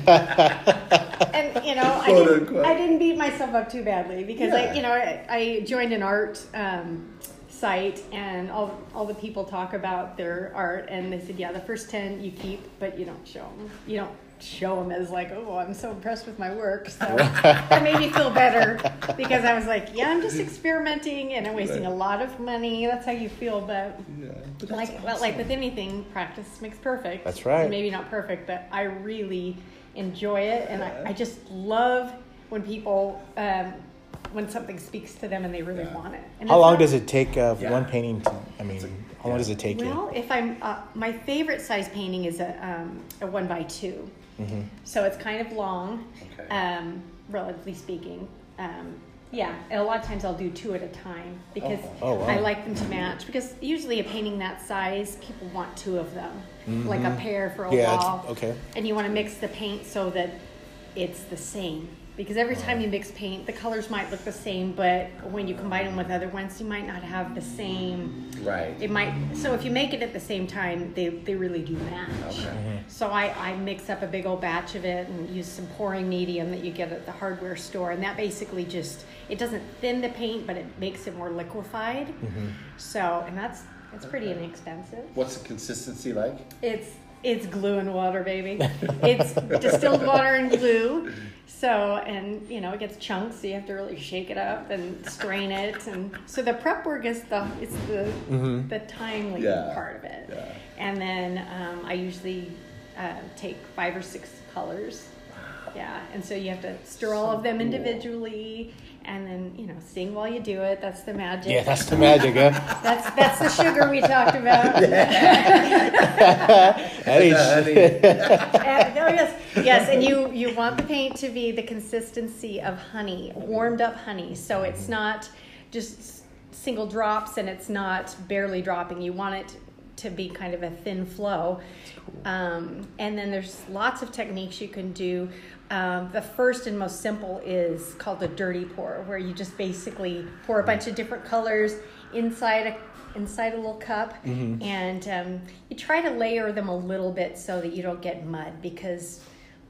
Speaker 4: you know, I
Speaker 2: Quote,
Speaker 4: didn't,
Speaker 2: unquote.
Speaker 4: I didn't beat myself up too badly because
Speaker 2: Yeah.
Speaker 4: I, you know, I, I joined an art um, site and all, all the people talk about their art and they said, yeah, the first 10 you keep, but you don't show them. You don't show them as like, oh, I'm so impressed with my work. So that made me feel better because I was like, yeah, I'm just experimenting and I'm wasting a lot of money. That's how you feel, but
Speaker 2: Yeah, but that's
Speaker 4: like well,
Speaker 2: awesome.
Speaker 4: like with anything, practice makes perfect.
Speaker 1: That's right.
Speaker 4: Maybe not perfect, but I really enjoy it, and I, I just love when people um, when something speaks to them and they really
Speaker 2: Yeah.
Speaker 4: want it. And
Speaker 1: How
Speaker 4: it's
Speaker 1: long
Speaker 4: not-
Speaker 1: does it take uh,
Speaker 2: Yeah.
Speaker 1: one painting? To, I mean, how long does it take you?
Speaker 4: Well, if I'm uh, my favorite size painting is a um, a one by 2
Speaker 1: Mm-hmm.
Speaker 4: so it's kind of long,
Speaker 2: Okay.
Speaker 4: um, relatively speaking. Um, yeah, and a lot of times I'll do two at a time because
Speaker 1: Oh, wow.
Speaker 4: I like them to match. Because usually a painting that size, people want two of them, like a pair for a
Speaker 1: Mm-hmm. Yeah, it's-
Speaker 4: wall.
Speaker 1: okay.
Speaker 4: And you want to mix the paint so that it's the same. Because every
Speaker 1: Uh-huh.
Speaker 4: time you mix paint, the colors might look the same, but when you combine them with other ones, you might not have the same
Speaker 2: right.
Speaker 4: it might so if you make it at the same time they, they really do match
Speaker 2: Okay.
Speaker 4: so I, I mix up a big old batch of it and use some pouring medium that you get at the hardware store and that basically just it doesn't thin the paint but it makes it more liquefied so and that's that's pretty inexpensive
Speaker 2: What's the consistency
Speaker 1: [LAUGHS]
Speaker 2: like?
Speaker 4: it's it's glue and water baby it's distilled water and glue so and you know it gets chunks so you have to really shake it up and strain it and so the prep work is the it's the the timely
Speaker 2: Yeah.
Speaker 4: part of it
Speaker 2: Yeah.
Speaker 4: and then um, i usually uh, take five or six colors Yeah, and so you have to stir all of them individually, and then you know sing while you do it. That's the magic.
Speaker 1: Yeah, [LAUGHS] that's the magic, huh?
Speaker 4: that's that's the sugar we talked about.
Speaker 1: That ain't shit.
Speaker 2: [LAUGHS]
Speaker 4: And- oh, yes, [LAUGHS] yes, and you you want the paint to be the consistency of honey, warmed up honey, so it's not just s- single drops and it's not barely dropping. You want it to be kind of a thin flow. Um, and then there's lots of techniques you can do. Um, the first and most simple is called the dirty pour, where you just basically pour a bunch of different colors inside a inside a little cup and um, you try to layer them a little bit so that you don't get mud because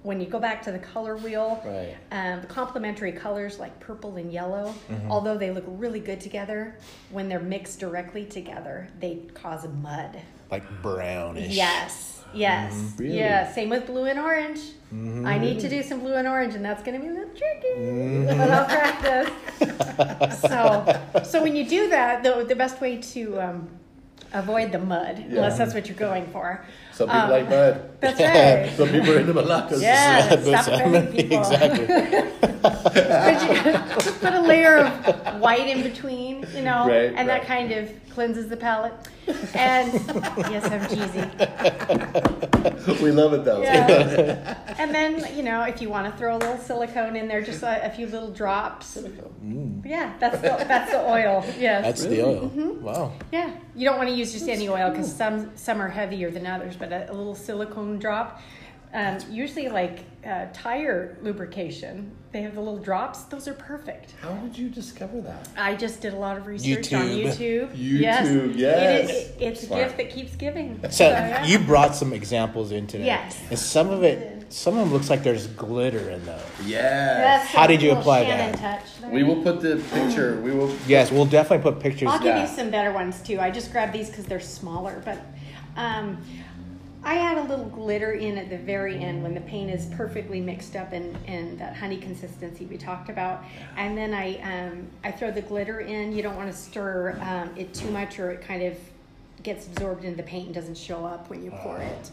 Speaker 4: when you go back to the color wheel
Speaker 1: Right.
Speaker 4: um, the complementary colors like purple and yellow although they look really good together when they're mixed directly together they cause mud
Speaker 1: like brownish.
Speaker 4: yes yes
Speaker 2: Really?
Speaker 4: yeah same with blue and orange
Speaker 2: Mm-hmm.
Speaker 4: i need to do some blue and orange and that's going to be a little tricky but
Speaker 2: Mm-hmm.
Speaker 4: [LAUGHS] i'll practice so so when you do that the, the best way to um, avoid the mud unless that's what you're going for
Speaker 2: Some people
Speaker 4: Um,
Speaker 2: like mud.
Speaker 4: that's right
Speaker 2: [LAUGHS] Some people are into Malacca's.
Speaker 4: yeah
Speaker 1: That's-
Speaker 4: stop offending people
Speaker 1: exactly.
Speaker 4: [LAUGHS] But you- just put a layer of white in between you know
Speaker 2: Right,
Speaker 4: and
Speaker 2: right.
Speaker 4: that kind of cleanses the palate and yes i'm cheesy
Speaker 2: [LAUGHS] We love it though.
Speaker 4: Yeah. [LAUGHS] and then you know if you want to throw a little silicone in there just a, a few little drops
Speaker 2: Mm.
Speaker 4: yeah that's the, that's the oil yes
Speaker 1: That's the oil.
Speaker 8: Mm-hmm.
Speaker 1: Wow.
Speaker 4: yeah you don't want to use just any oil because some some are heavier than others but a, a little silicone drop um, usually like uh, tire lubrication they have the little drops those are perfect
Speaker 2: How did you discover that?
Speaker 4: i just did a lot of research on
Speaker 1: YouTube.
Speaker 4: youtube
Speaker 2: [LAUGHS] YouTube,
Speaker 4: It
Speaker 2: yes.
Speaker 4: is, it's a gift that keeps giving
Speaker 1: So
Speaker 4: yeah.
Speaker 1: you brought some examples in today.
Speaker 4: Yes. Mm-hmm.
Speaker 1: And some of it, some of them looks like there's glitter in those.
Speaker 2: Yes.
Speaker 4: That's
Speaker 1: How
Speaker 4: a
Speaker 1: did you
Speaker 4: little
Speaker 1: apply
Speaker 4: Shannon
Speaker 1: that?
Speaker 4: touch there.
Speaker 2: We will put the picture. We will.
Speaker 1: Yes, we'll definitely put pictures.
Speaker 4: I'll give
Speaker 2: Yeah.
Speaker 4: you some better ones too. I just grabbed these because they're smaller, but um, I add a little glitter in at the very end when the paint is perfectly mixed up and, and that honey consistency we talked about. And then I um, I throw the glitter in. You don't want to stir um, it too much, or it kind of gets absorbed into the paint and doesn't show up when you pour it.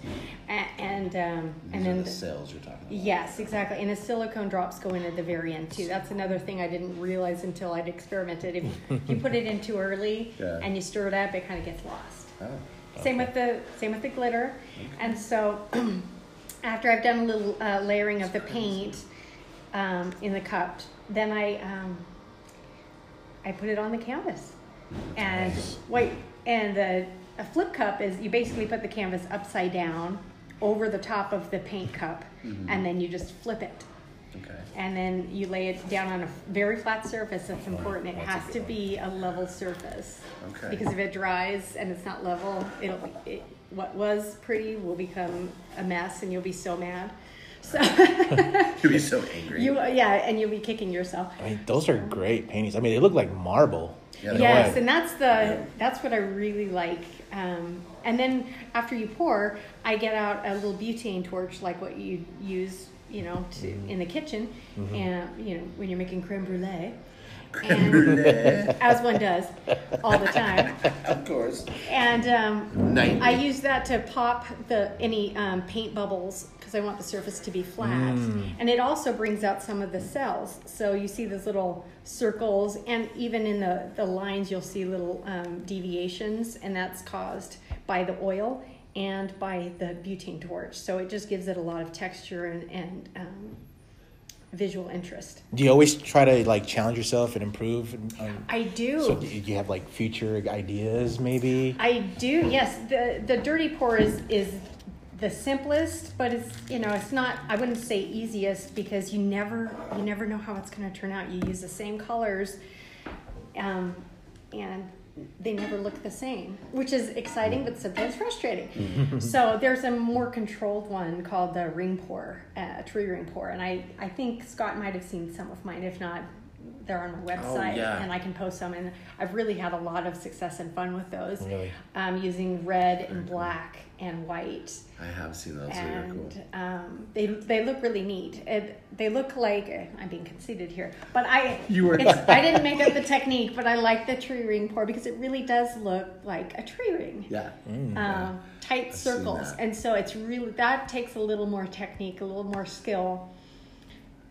Speaker 4: A- And um, and then the-
Speaker 2: sales you're talking about.
Speaker 4: Yes, exactly. And the silicone drops go in at the very end too. That's another thing I didn't realize until I'd experimented. If you put it in too early
Speaker 2: Yeah.
Speaker 4: and you stir it up, it kind of gets lost.
Speaker 2: Oh.
Speaker 4: Same with the same with the glitter. And so [CLEARS THROAT] after I've done a little uh, layering of the paint um, in the cup, then I um, I put it on the canvas. And wait, and the a flip cup is you basically put the canvas upside down over the top of the paint cup, and then you just flip it.
Speaker 2: Okay.
Speaker 4: And then you lay it down on a very flat surface. That's important. It has to be a level surface.
Speaker 2: Okay.
Speaker 4: Because if it dries and it's not level, it'll it, what was pretty will become a mess, and you'll be so mad. So
Speaker 2: You'd be so angry.
Speaker 4: you yeah, and you'll be kicking yourself.
Speaker 1: I mean, those are great paintings. I mean, they look like marble.
Speaker 2: Yeah,
Speaker 1: in a
Speaker 2: they
Speaker 4: Yes,
Speaker 1: way.
Speaker 4: and that's the that's what I really like. Um, and then after you pour, I get out a little butane torch like what you use, you know, to in the kitchen, and you know when you're making creme brulee, and, as one does all the time.
Speaker 2: of course.
Speaker 4: And um,
Speaker 2: Nightly.
Speaker 4: I use that to pop the any um, paint bubbles because I want the surface to be flat, and it also brings out some of the cells. So you see those little circles, and even in the the lines, you'll see little um, deviations, and that's caused by the oil and by the butane torch. So it just gives it a lot of texture and and um, visual interest.
Speaker 1: Do you always try to like challenge yourself and improve? And, um,
Speaker 4: I do.
Speaker 1: so do you have like future ideas, maybe?
Speaker 4: I do. Yes, the the dirty pour is is the simplest, but it's you know it's not. I wouldn't say easiest because you never you never know how it's going to turn out. You use the same colors, um, and they never look the same, which is exciting but sometimes frustrating. so there's a more controlled one called the ring pour, uh, tree ring pour, and I I think Scott might have seen some of mine. If not, they're on my website,
Speaker 2: yeah.
Speaker 4: and I can post some. And I've really had a lot of success and fun with those
Speaker 1: Really?
Speaker 4: um, using red and black and white,
Speaker 2: I have seen those. They're cool.
Speaker 4: and um, they they look really neat. It, they look like I'm being conceited here, but I
Speaker 2: You were-
Speaker 4: it's,
Speaker 2: [LAUGHS]
Speaker 4: I didn't make up the technique, but I like the tree ring pour because it really does look like a tree ring.
Speaker 2: Yeah.
Speaker 1: Mm.
Speaker 4: Um, tight
Speaker 2: seen
Speaker 4: circles,
Speaker 2: that.
Speaker 4: and so it's really that takes a little more technique, a little more skill,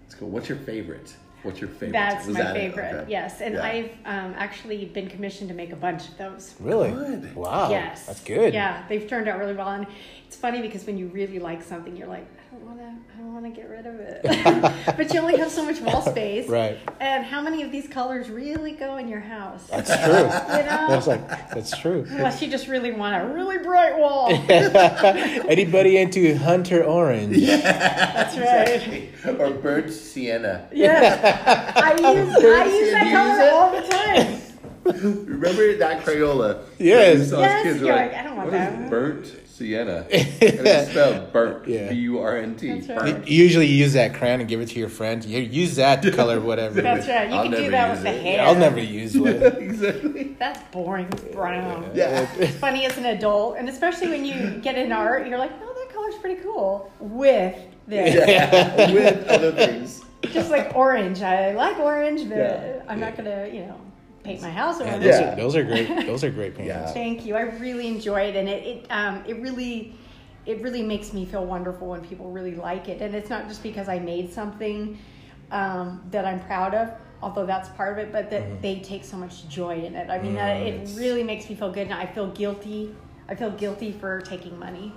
Speaker 2: It's cool. What's your favorite? What's your favorite?
Speaker 4: That's
Speaker 2: Was
Speaker 4: my
Speaker 2: that it?
Speaker 4: favorite.
Speaker 2: Okay.
Speaker 4: Yes, and
Speaker 2: Yeah.
Speaker 4: I've um, actually been commissioned to make a bunch of those.
Speaker 1: Really?
Speaker 2: Good.
Speaker 1: Wow.
Speaker 4: yes,
Speaker 1: That's good.
Speaker 4: Yeah, they've turned out really well, and it's funny because when you really like something, you're like, I don't want to, I don't want to get rid of
Speaker 1: [LAUGHS]
Speaker 4: it. but you only have so much wall space,
Speaker 1: Right.
Speaker 4: And how many of these colors really go in your house?
Speaker 1: That's true.
Speaker 4: you
Speaker 1: [LAUGHS]
Speaker 4: know,
Speaker 1: That's like that's true.
Speaker 4: unless you just really want a really bright wall.
Speaker 1: Anybody into Hunter Orange?
Speaker 4: That's right.
Speaker 2: [LAUGHS] or burnt sienna.
Speaker 4: Yeah,
Speaker 1: [LAUGHS]
Speaker 4: I use I use that
Speaker 2: Use
Speaker 4: color
Speaker 2: it?
Speaker 4: all the time.
Speaker 2: Remember that Crayola?
Speaker 1: Yes.
Speaker 2: We saw as
Speaker 4: Yes,
Speaker 2: kids, we're
Speaker 4: you're like, I don't want
Speaker 2: "What is
Speaker 4: that one."
Speaker 2: burnt
Speaker 1: [LAUGHS]
Speaker 2: sienna. and it's spelled burnt.
Speaker 1: Yeah.
Speaker 2: B U R N T.
Speaker 4: right.
Speaker 2: Burnt.
Speaker 1: You usually use that crayon and give it to your friend. You use that to color whatever.
Speaker 4: That's right. You
Speaker 2: I'll
Speaker 4: can do
Speaker 2: never
Speaker 4: that
Speaker 2: use
Speaker 4: with the
Speaker 2: it.
Speaker 4: hair.
Speaker 1: I'll never use [LAUGHS]
Speaker 2: [LAUGHS]
Speaker 1: one.
Speaker 2: exactly.
Speaker 4: That's boring brown.
Speaker 2: Yeah.
Speaker 4: It's funny as an adult, and especially when you get in art, you're like, oh, that color's pretty cool with this.
Speaker 1: [LAUGHS]
Speaker 2: yeah. With other things.
Speaker 4: Just like orange. I like orange, but
Speaker 2: Yeah.
Speaker 4: I'm not gonna, you know, paint my house
Speaker 1: Yeah,
Speaker 4: orange.
Speaker 1: those,
Speaker 2: Yeah.
Speaker 1: Are, those are great. Those are [LAUGHS] great paintings.
Speaker 4: Thank you. I really enjoy it, and it it, um, it really it really makes me feel wonderful when people really like it. And it's not just because I made something um, that I'm proud of, although that's part of it, but that they take so much joy in it. I mean, that, it really makes me feel good, and I feel guilty. I feel guilty for taking money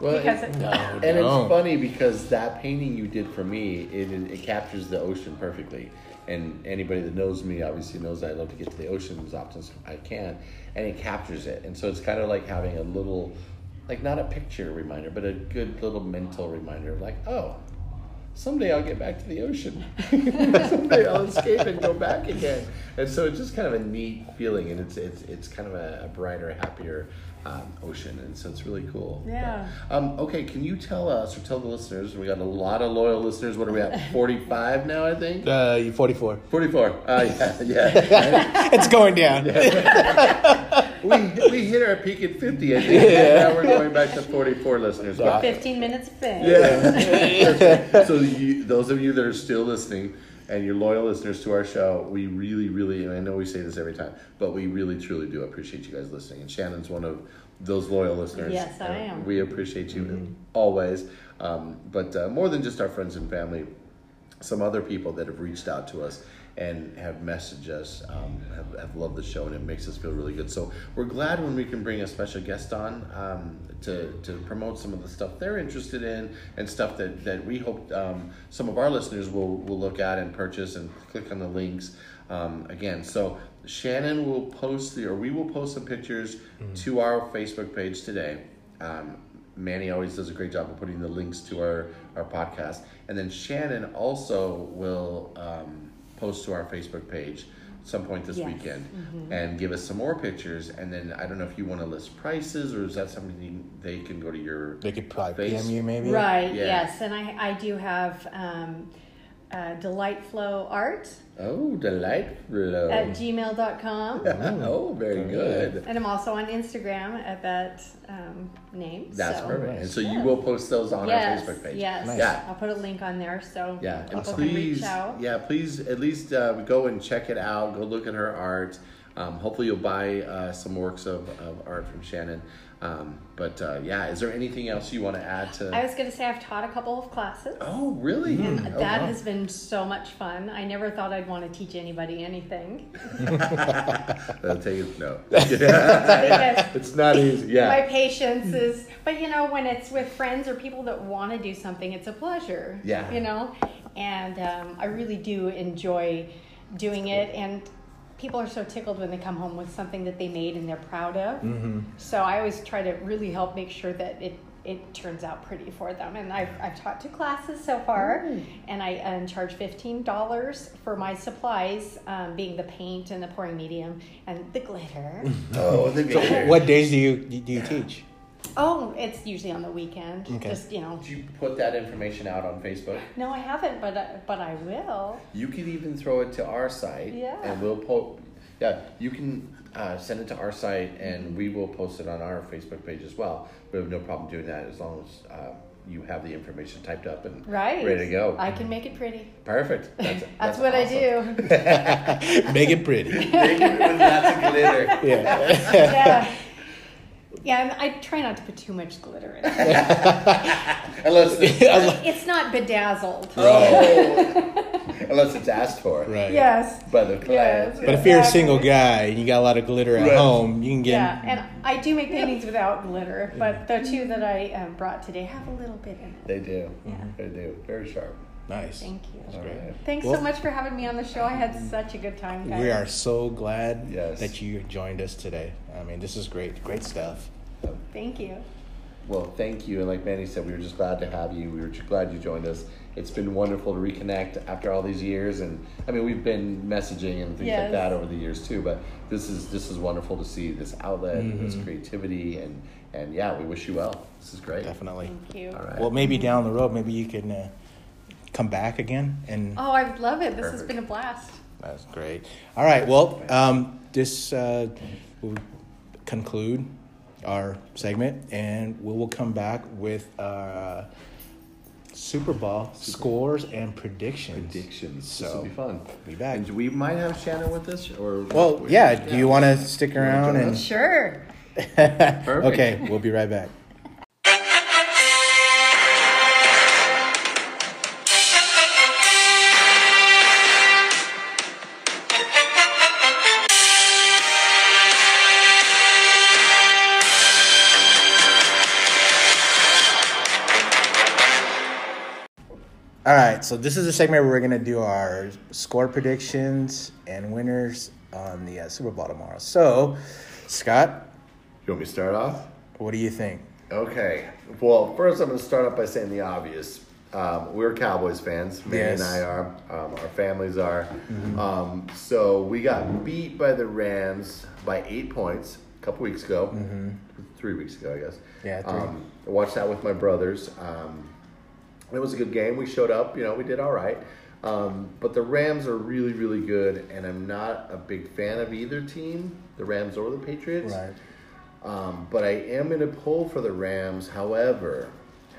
Speaker 2: Well,
Speaker 4: because
Speaker 2: it-
Speaker 4: it,
Speaker 1: No,
Speaker 2: And
Speaker 1: no.
Speaker 2: it's funny because that painting you did for me, it, it captures the ocean perfectly. And anybody that knows me obviously knows I love to get to the ocean as often as I can, and it captures it. And so it's kind of like having a little, like not a picture reminder, but a good little mental reminder of like, oh, someday I'll get back to the ocean. [LAUGHS] someday I'll escape and go back again. And so it's just kind of a neat feeling, and it's it's it's kind of a, a brighter, happier um, ocean, and so it's really cool.
Speaker 4: Yeah.
Speaker 2: Um, okay, can you tell us or tell the listeners? We got a lot of loyal listeners. What are we
Speaker 4: [LAUGHS]
Speaker 2: at? Forty-five now, I think.
Speaker 1: Uh, you 44.
Speaker 2: Forty-four. Uh, yeah,
Speaker 4: [LAUGHS]
Speaker 2: yeah.
Speaker 1: It's going down.
Speaker 2: we we hit our peak at fifty. I think. Now we're going back to forty-four listeners. But-
Speaker 4: 15 minutes of fame.
Speaker 2: [LAUGHS] so you, those of you that are still listening and you're loyal listeners to our show, we really, really, and I know we say this every time, but we really, truly do appreciate you guys listening. And Shannon's one of those loyal listeners.
Speaker 4: Yes, I
Speaker 2: And
Speaker 4: am.
Speaker 2: We appreciate you always, um, but uh, more than just our friends and family, some other people that have reached out to us and have messaged us um, have, have loved the show and it makes us feel really good so we're glad when we can bring a special guest on um, to, to promote some of the stuff they're interested in and stuff that, that we hope um, some of our listeners will, will look at and purchase and click on the links um, again so shannon will post the or we will post some pictures to our facebook page today um, Manny always does a great job of putting the links to our, our podcast. And then Shannon also will um, post to our Facebook page some point this
Speaker 4: Yes. Mm-hmm.
Speaker 2: weekend and give us some more pictures. And then I don't know if you want to list prices or is that something they can go to your.
Speaker 1: They could probably
Speaker 2: Face-
Speaker 1: PM you maybe.
Speaker 4: Right,
Speaker 2: Yeah.
Speaker 4: yes. And I, I do have um, uh, Delightflow Art
Speaker 2: Oh, delightful. [LAUGHS]
Speaker 4: at gmail.com.
Speaker 2: oh, very good.
Speaker 4: And I'm also on Instagram at that um, name.
Speaker 2: That's
Speaker 4: so.
Speaker 2: perfect. And so you will post those on
Speaker 4: Yes,
Speaker 2: our Facebook page.
Speaker 4: yes.
Speaker 1: Nice.
Speaker 2: Yeah.
Speaker 4: I'll put a link on there so
Speaker 2: Yeah, and
Speaker 4: people can
Speaker 2: please,
Speaker 4: reach out.
Speaker 2: yeah, please at least uh, go and check it out. Go look at her art. Um, hopefully, you'll buy uh, some works of, of art from Shannon. Um, but uh, yeah, is there anything else you want to add to?
Speaker 4: I was going to say I've taught a couple of classes.
Speaker 2: oh, really? Oh,
Speaker 4: That
Speaker 2: wow.
Speaker 4: has been so much fun. I never thought I'd want to teach
Speaker 2: [LAUGHS]
Speaker 4: anybody anything
Speaker 2: I'll tell you,
Speaker 4: [LAUGHS]
Speaker 2: no, [LAUGHS]
Speaker 4: because
Speaker 2: it's not easy.
Speaker 4: my
Speaker 2: Yeah,
Speaker 4: patience is. But you know, when it's with friends or people that want to do something, it's a pleasure.
Speaker 2: Yeah.
Speaker 4: You know, and um, I really do enjoy doing it. And people are so tickled when they come home with something that they made and they're proud of.
Speaker 2: Mm-hmm.
Speaker 4: So I always try to really help make sure that it it turns out pretty for them. And I've, I've taught two classes so far, and I um, charge fifteen dollars for my supplies, um, being the paint and the pouring medium and the glitter.
Speaker 2: [LAUGHS] oh, they made it.
Speaker 1: What days do you do you [LAUGHS] teach?
Speaker 4: Oh, it's usually on the weekend.
Speaker 1: Okay.
Speaker 4: Just you know.
Speaker 2: Did you put that information out on Facebook?
Speaker 4: No, I haven't, but I, but I will.
Speaker 2: You could even throw it to our site.
Speaker 4: Yeah.
Speaker 2: And we'll post. Yeah, you can uh, send it to our site, and we will post it on our Facebook page as well. We have no problem doing that as long as uh, you have the information typed up and
Speaker 4: Right.
Speaker 2: ready to go.
Speaker 4: I can make it pretty.
Speaker 2: Perfect. That's,
Speaker 4: [LAUGHS] That's, what I
Speaker 2: [LAUGHS]
Speaker 4: do.
Speaker 1: Make it pretty.
Speaker 2: I do. Lots of glitter.
Speaker 1: [LAUGHS] Yeah.
Speaker 4: yeah. Yeah, I'm, I try not to put too much glitter
Speaker 1: [LAUGHS]
Speaker 4: in it.
Speaker 2: Unless it's,
Speaker 4: it's not bedazzled.
Speaker 2: unless it's asked for.
Speaker 1: [LAUGHS] Right.
Speaker 4: [LAUGHS] Yes.
Speaker 2: By the client.
Speaker 4: Yes.
Speaker 2: Yeah.
Speaker 1: But if you're a single guy and you got a lot of glitter at
Speaker 2: Right.
Speaker 1: home, you can get.
Speaker 4: Yeah, and I do make paintings without glitter, but the two that I um, brought today have a little bit in it.
Speaker 2: They do. They do. Very sharp.
Speaker 1: nice.
Speaker 4: Thank you.
Speaker 2: All right.
Speaker 4: Thanks
Speaker 1: Well-
Speaker 4: so much for having me on the show. I had such a good time, guys.
Speaker 1: We are so glad
Speaker 2: Yes.
Speaker 1: that you joined us today. I mean, this is great. Great stuff.
Speaker 4: Thank you.
Speaker 2: Well, thank you. And like Manny said, we were just glad to have you. We were just glad you joined us. It's been wonderful to reconnect after all these years. And I mean, we've been messaging and things like
Speaker 4: Yes.
Speaker 2: that over the years too. But this is this is wonderful to see this outlet, and
Speaker 1: Mm-hmm.
Speaker 2: this creativity, and and yeah, we wish you well. This is great.
Speaker 1: Definitely.
Speaker 4: Thank you.
Speaker 2: All right.
Speaker 1: Well, maybe down the road, maybe you can uh, come back again. And
Speaker 4: Oh, I love it. This has
Speaker 2: Perfect.
Speaker 4: been a blast.
Speaker 1: that's great. All right. Well, um, this uh, will conclude our segment, and we will come back with uh, Super Bowl scores and predictions.
Speaker 2: Predictions.
Speaker 1: So
Speaker 2: this will be fun.
Speaker 1: Be back.
Speaker 2: And we might have Shannon with us, or
Speaker 1: Well, yeah. Do you want to stick around and?
Speaker 4: Sure.
Speaker 2: Perfect.
Speaker 1: Okay, we'll be right back. All right, so this is the segment where we're going to do our score predictions and winners on the uh, Super Bowl tomorrow. So, Scott,
Speaker 2: You want me to start off?
Speaker 1: what do you think?
Speaker 2: Okay. Well, first I'm going to start off by saying the obvious. Um, we're Cowboys fans. Manny
Speaker 1: Yes. Mm-hmm.
Speaker 2: and I are. Um, our families are. Um, so we got beat by the Rams by eight points a couple weeks ago. Three weeks ago, I guess.
Speaker 1: Mm-hmm. Yeah, three.
Speaker 2: Um, I watched that with my brothers. Um, it was a good game. We showed up, you know, we did all right. Um, but the Rams are really, really good, and I'm not a big fan of either team, the Rams or the Patriots.
Speaker 1: Right.
Speaker 2: Um, but I am going to pull for the Rams. However,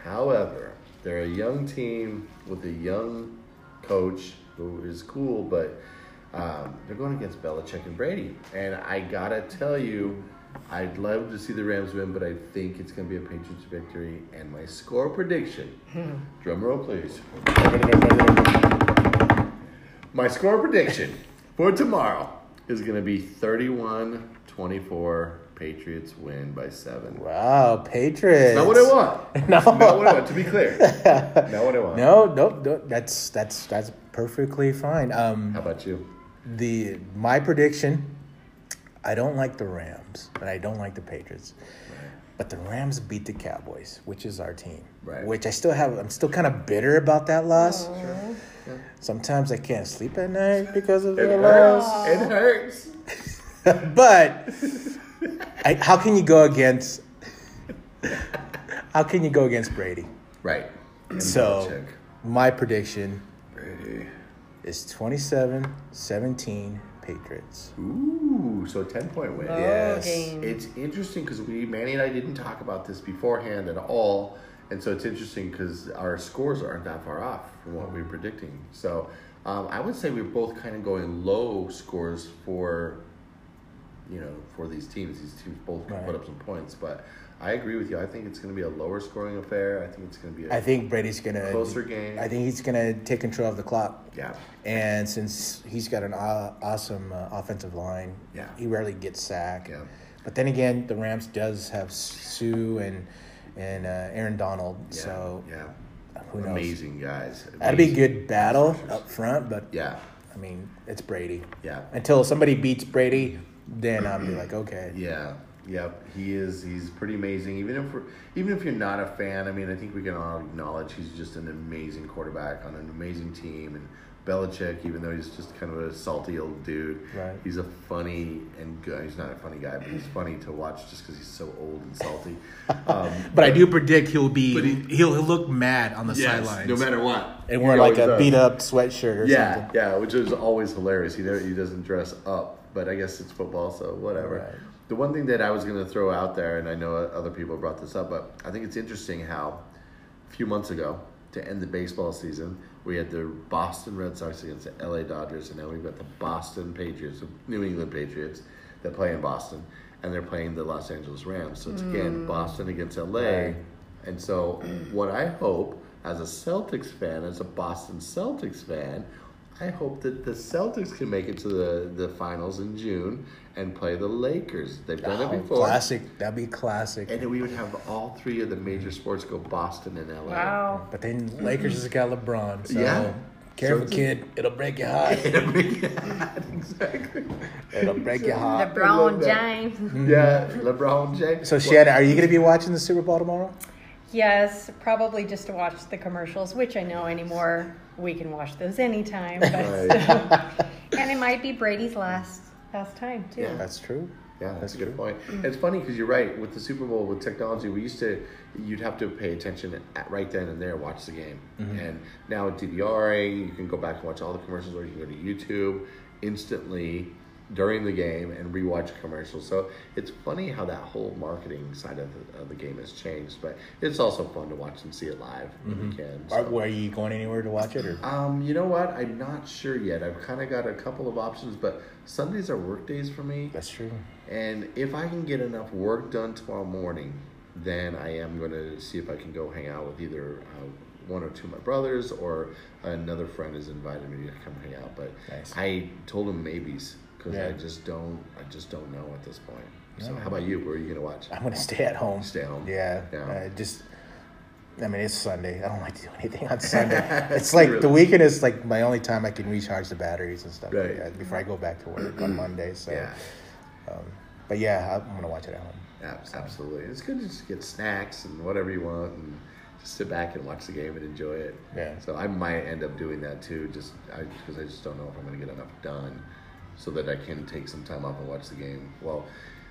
Speaker 2: however, they're a young team with a young coach who is cool, but um, they're going against Belichick and Brady. And I gotta tell you, I'd love to see the Rams win, but I think it's going to be a Patriots victory. And my score prediction, drum roll please. My score prediction for tomorrow is going to be 31 24. Patriots win by seven.
Speaker 1: Wow, Patriots.
Speaker 2: Not what I
Speaker 1: [LAUGHS]
Speaker 2: want. No. Not what I want, to be clear. Not what I want.
Speaker 1: No, no, no, that's that's that's perfectly fine. Um,
Speaker 2: How about you?
Speaker 1: the my prediction, I don't like the Rams and I don't like the Patriots, but the Rams beat the Cowboys, which is our team.
Speaker 2: Right. Oh,
Speaker 1: Which I still have. I'm still kind of bitter about that loss. Sometimes I can't sleep at night because of
Speaker 2: It
Speaker 1: the
Speaker 2: hurts.
Speaker 1: loss.
Speaker 2: It hurts.
Speaker 1: But I, how can you go against? How can you go against Brady?
Speaker 2: Right.
Speaker 1: So
Speaker 2: Belichick.
Speaker 1: my prediction
Speaker 2: Brady.
Speaker 1: is 27 17 Patriots.
Speaker 2: Ooh, so 10 point win.
Speaker 1: Yes.
Speaker 2: It's interesting because we, Manny and I didn't talk about this beforehand at all. And so it's interesting because our scores aren't that far off from what we were predicting. So um, I would say we're both kind of going low scores for, you know, for these teams. These teams both can
Speaker 1: Right.
Speaker 2: put up some points. But I agree with you. I think it's going to be a lower scoring affair. I think it's going to be a
Speaker 1: I think Brady's going to.
Speaker 2: Closer game.
Speaker 1: I think he's going to take control of the clock.
Speaker 2: Yeah.
Speaker 1: And since he's got an aw- awesome uh, offensive line,
Speaker 2: Yeah.
Speaker 1: he rarely gets sacked.
Speaker 2: Yeah.
Speaker 1: But then again, the Rams does have Sue and and uh, Aaron Donald.
Speaker 2: Yeah,
Speaker 1: so
Speaker 2: yeah.
Speaker 1: who knows?
Speaker 2: Amazing guys.
Speaker 1: That'd be a
Speaker 2: Amazing.
Speaker 1: good battle up front, but
Speaker 2: Yeah.
Speaker 1: I mean, it's Brady.
Speaker 2: Yeah.
Speaker 1: Until somebody beats Brady, then I'll be like, okay.
Speaker 2: Yeah. Yep. He is. He's pretty amazing. Even if we're, even if you're not a fan, I mean, I think we can all acknowledge he's just an amazing quarterback on an amazing team. And Belichick, even though he's just kind of a salty old dude,
Speaker 1: Right.
Speaker 2: he's a funny and good. He's not a funny guy, but he's funny to watch just because he's so old and [LAUGHS] salty. Um,
Speaker 1: But I do predict he'll be
Speaker 2: But he-
Speaker 1: he'll, he'll look mad on the
Speaker 2: yes,
Speaker 1: sidelines.
Speaker 2: no matter what,
Speaker 1: and
Speaker 2: He
Speaker 1: wear like
Speaker 2: always
Speaker 1: a
Speaker 2: does.
Speaker 1: beat up sweatshirt or
Speaker 2: Yeah,
Speaker 1: something.
Speaker 2: yeah, which is always hilarious. He never, he doesn't dress up, but I guess it's football, so whatever.
Speaker 1: Right.
Speaker 2: The one thing that I was going to throw out there, and I know other people brought this up, but I think it's interesting how a few months ago to end the baseball season, we had the Boston Red Sox against the LA Dodgers, and now we've got the Boston Patriots, the New England Patriots, that play in Boston. and they're playing the Los Angeles Rams. So it's again Boston against LA. And so what I hope as a Celtics fan, as a Boston Celtics fan, I hope that the Celtics can make it to the, the finals in June and play the Lakers. They've done
Speaker 1: Oh,
Speaker 2: it before.
Speaker 1: Classic. That'd be classic.
Speaker 2: And then we would have all three of the major sports go Boston and LA.
Speaker 8: Wow.
Speaker 1: But then Lakers just got LeBron. So
Speaker 2: Yeah.
Speaker 1: Careful,
Speaker 2: So-
Speaker 1: kid. It'll break your heart.
Speaker 2: [LAUGHS] exactly.
Speaker 1: It'll break
Speaker 2: [LAUGHS]
Speaker 1: your heart.
Speaker 2: love
Speaker 8: LeBron
Speaker 2: that.
Speaker 8: James.
Speaker 2: Yeah, LeBron James.
Speaker 1: So, Shannon, are you going to be watching the Super Bowl tomorrow?
Speaker 8: Yes, probably just to watch the commercials, which I know anymore we can watch those anytime.
Speaker 2: [LAUGHS]
Speaker 8: But and it might be Brady's last last time too.
Speaker 2: Yeah.
Speaker 1: That's true.
Speaker 2: Yeah, that's, a good point. It's funny because you're right. With the Super Bowl, with technology, we used to, you'd have to pay attention at, right then and there, watch the game. And now with DVRing, you can go back and watch all the commercials, or you can go to YouTube instantly during the game and rewatch commercials. So it's funny how that whole marketing side of the, of the game has changed. But it's also fun to watch and see it live when you can.
Speaker 1: Are,
Speaker 2: so.
Speaker 1: were you going anywhere to watch it? Or?
Speaker 2: Um, you know what? I'm not sure yet. I've kind of got a couple of options, but Sundays are work days for me.
Speaker 1: That's true.
Speaker 2: And if I can get enough work done tomorrow morning, then I am going to see if I can go hang out with either uh, one or two of my brothers or another friend has invited me to come hang out. But
Speaker 1: Nice.
Speaker 2: I told him maybes because I
Speaker 1: Yeah.
Speaker 2: just don't, I just don't know at this point. So how about you? Where are you going to watch?
Speaker 1: I'm going to stay at home.
Speaker 2: Stay home.
Speaker 1: Yeah.
Speaker 2: Yeah.
Speaker 1: Uh, just, I mean, it's Sunday. I don't like to do
Speaker 2: [LAUGHS]
Speaker 1: anything on Sunday. it's like the weekend is like my only time I can recharge the batteries and stuff like
Speaker 2: Right.
Speaker 1: that before I go back to work on Monday. [LAUGHS] So,
Speaker 2: Yeah,
Speaker 1: but yeah, I'm going to watch it at home.
Speaker 2: ab- absolutely. It's good to just get snacks and whatever you want and just sit back and watch the game and enjoy it.
Speaker 1: Yeah.
Speaker 2: So I might end up doing that too, just because I, just don't know if I'm going to get enough done, so that I can take some time off and watch the game. Well,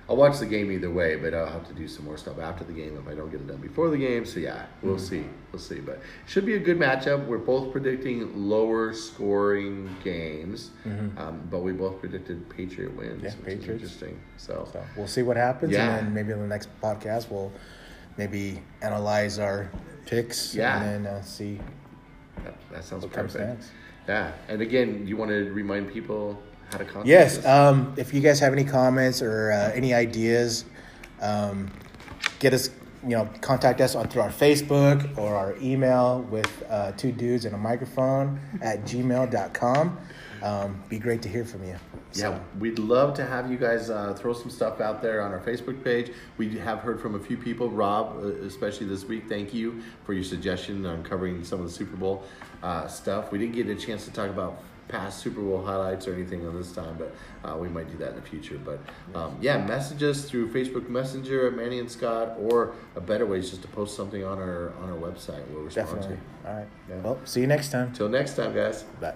Speaker 2: I'll watch the game either way, but I'll have to do some more stuff after the game if I don't get it done before the game. So yeah, we'll
Speaker 1: Mm-hmm.
Speaker 2: see, we'll see. But should be a good matchup. We're both predicting lower scoring games, um, but we both predicted Patriot wins,
Speaker 1: Mm-hmm. Yeah,
Speaker 2: which
Speaker 1: Patriots.
Speaker 2: is interesting. So,
Speaker 1: So we'll see what happens,
Speaker 2: Yeah.
Speaker 1: and then maybe in the next podcast we'll maybe analyze our picks,
Speaker 2: Yeah.
Speaker 1: and then uh, see.
Speaker 2: that, that sounds
Speaker 1: comes
Speaker 2: perfect.
Speaker 1: next.
Speaker 2: Yeah, and again, you want to remind people how to contact
Speaker 1: Yes,
Speaker 2: us?
Speaker 1: um, if you guys have any comments or uh, any ideas, um, get us. You know, contact us on through our Facebook or our email with uh, two dudes and a microphone at gmail.com. Um, be great to hear from you.
Speaker 2: Yeah, we'd love to have you guys uh, throw some stuff out there on our Facebook page. We have heard from a few people, Rob, uh, especially this week. Thank you for your suggestion on covering some of the Super Bowl uh, stuff. We didn't get a chance to talk about past Super Bowl highlights or anything on this time, but uh, we might do that in the future. But um, yeah, message us through Facebook Messenger at Manny and Scott, or a better way is just to post something on our on our website. We'll respond
Speaker 1: definitely.
Speaker 2: to.
Speaker 1: All right.
Speaker 2: Yeah.
Speaker 1: Well, see you next time.
Speaker 2: Till next time, guys.
Speaker 1: Bye.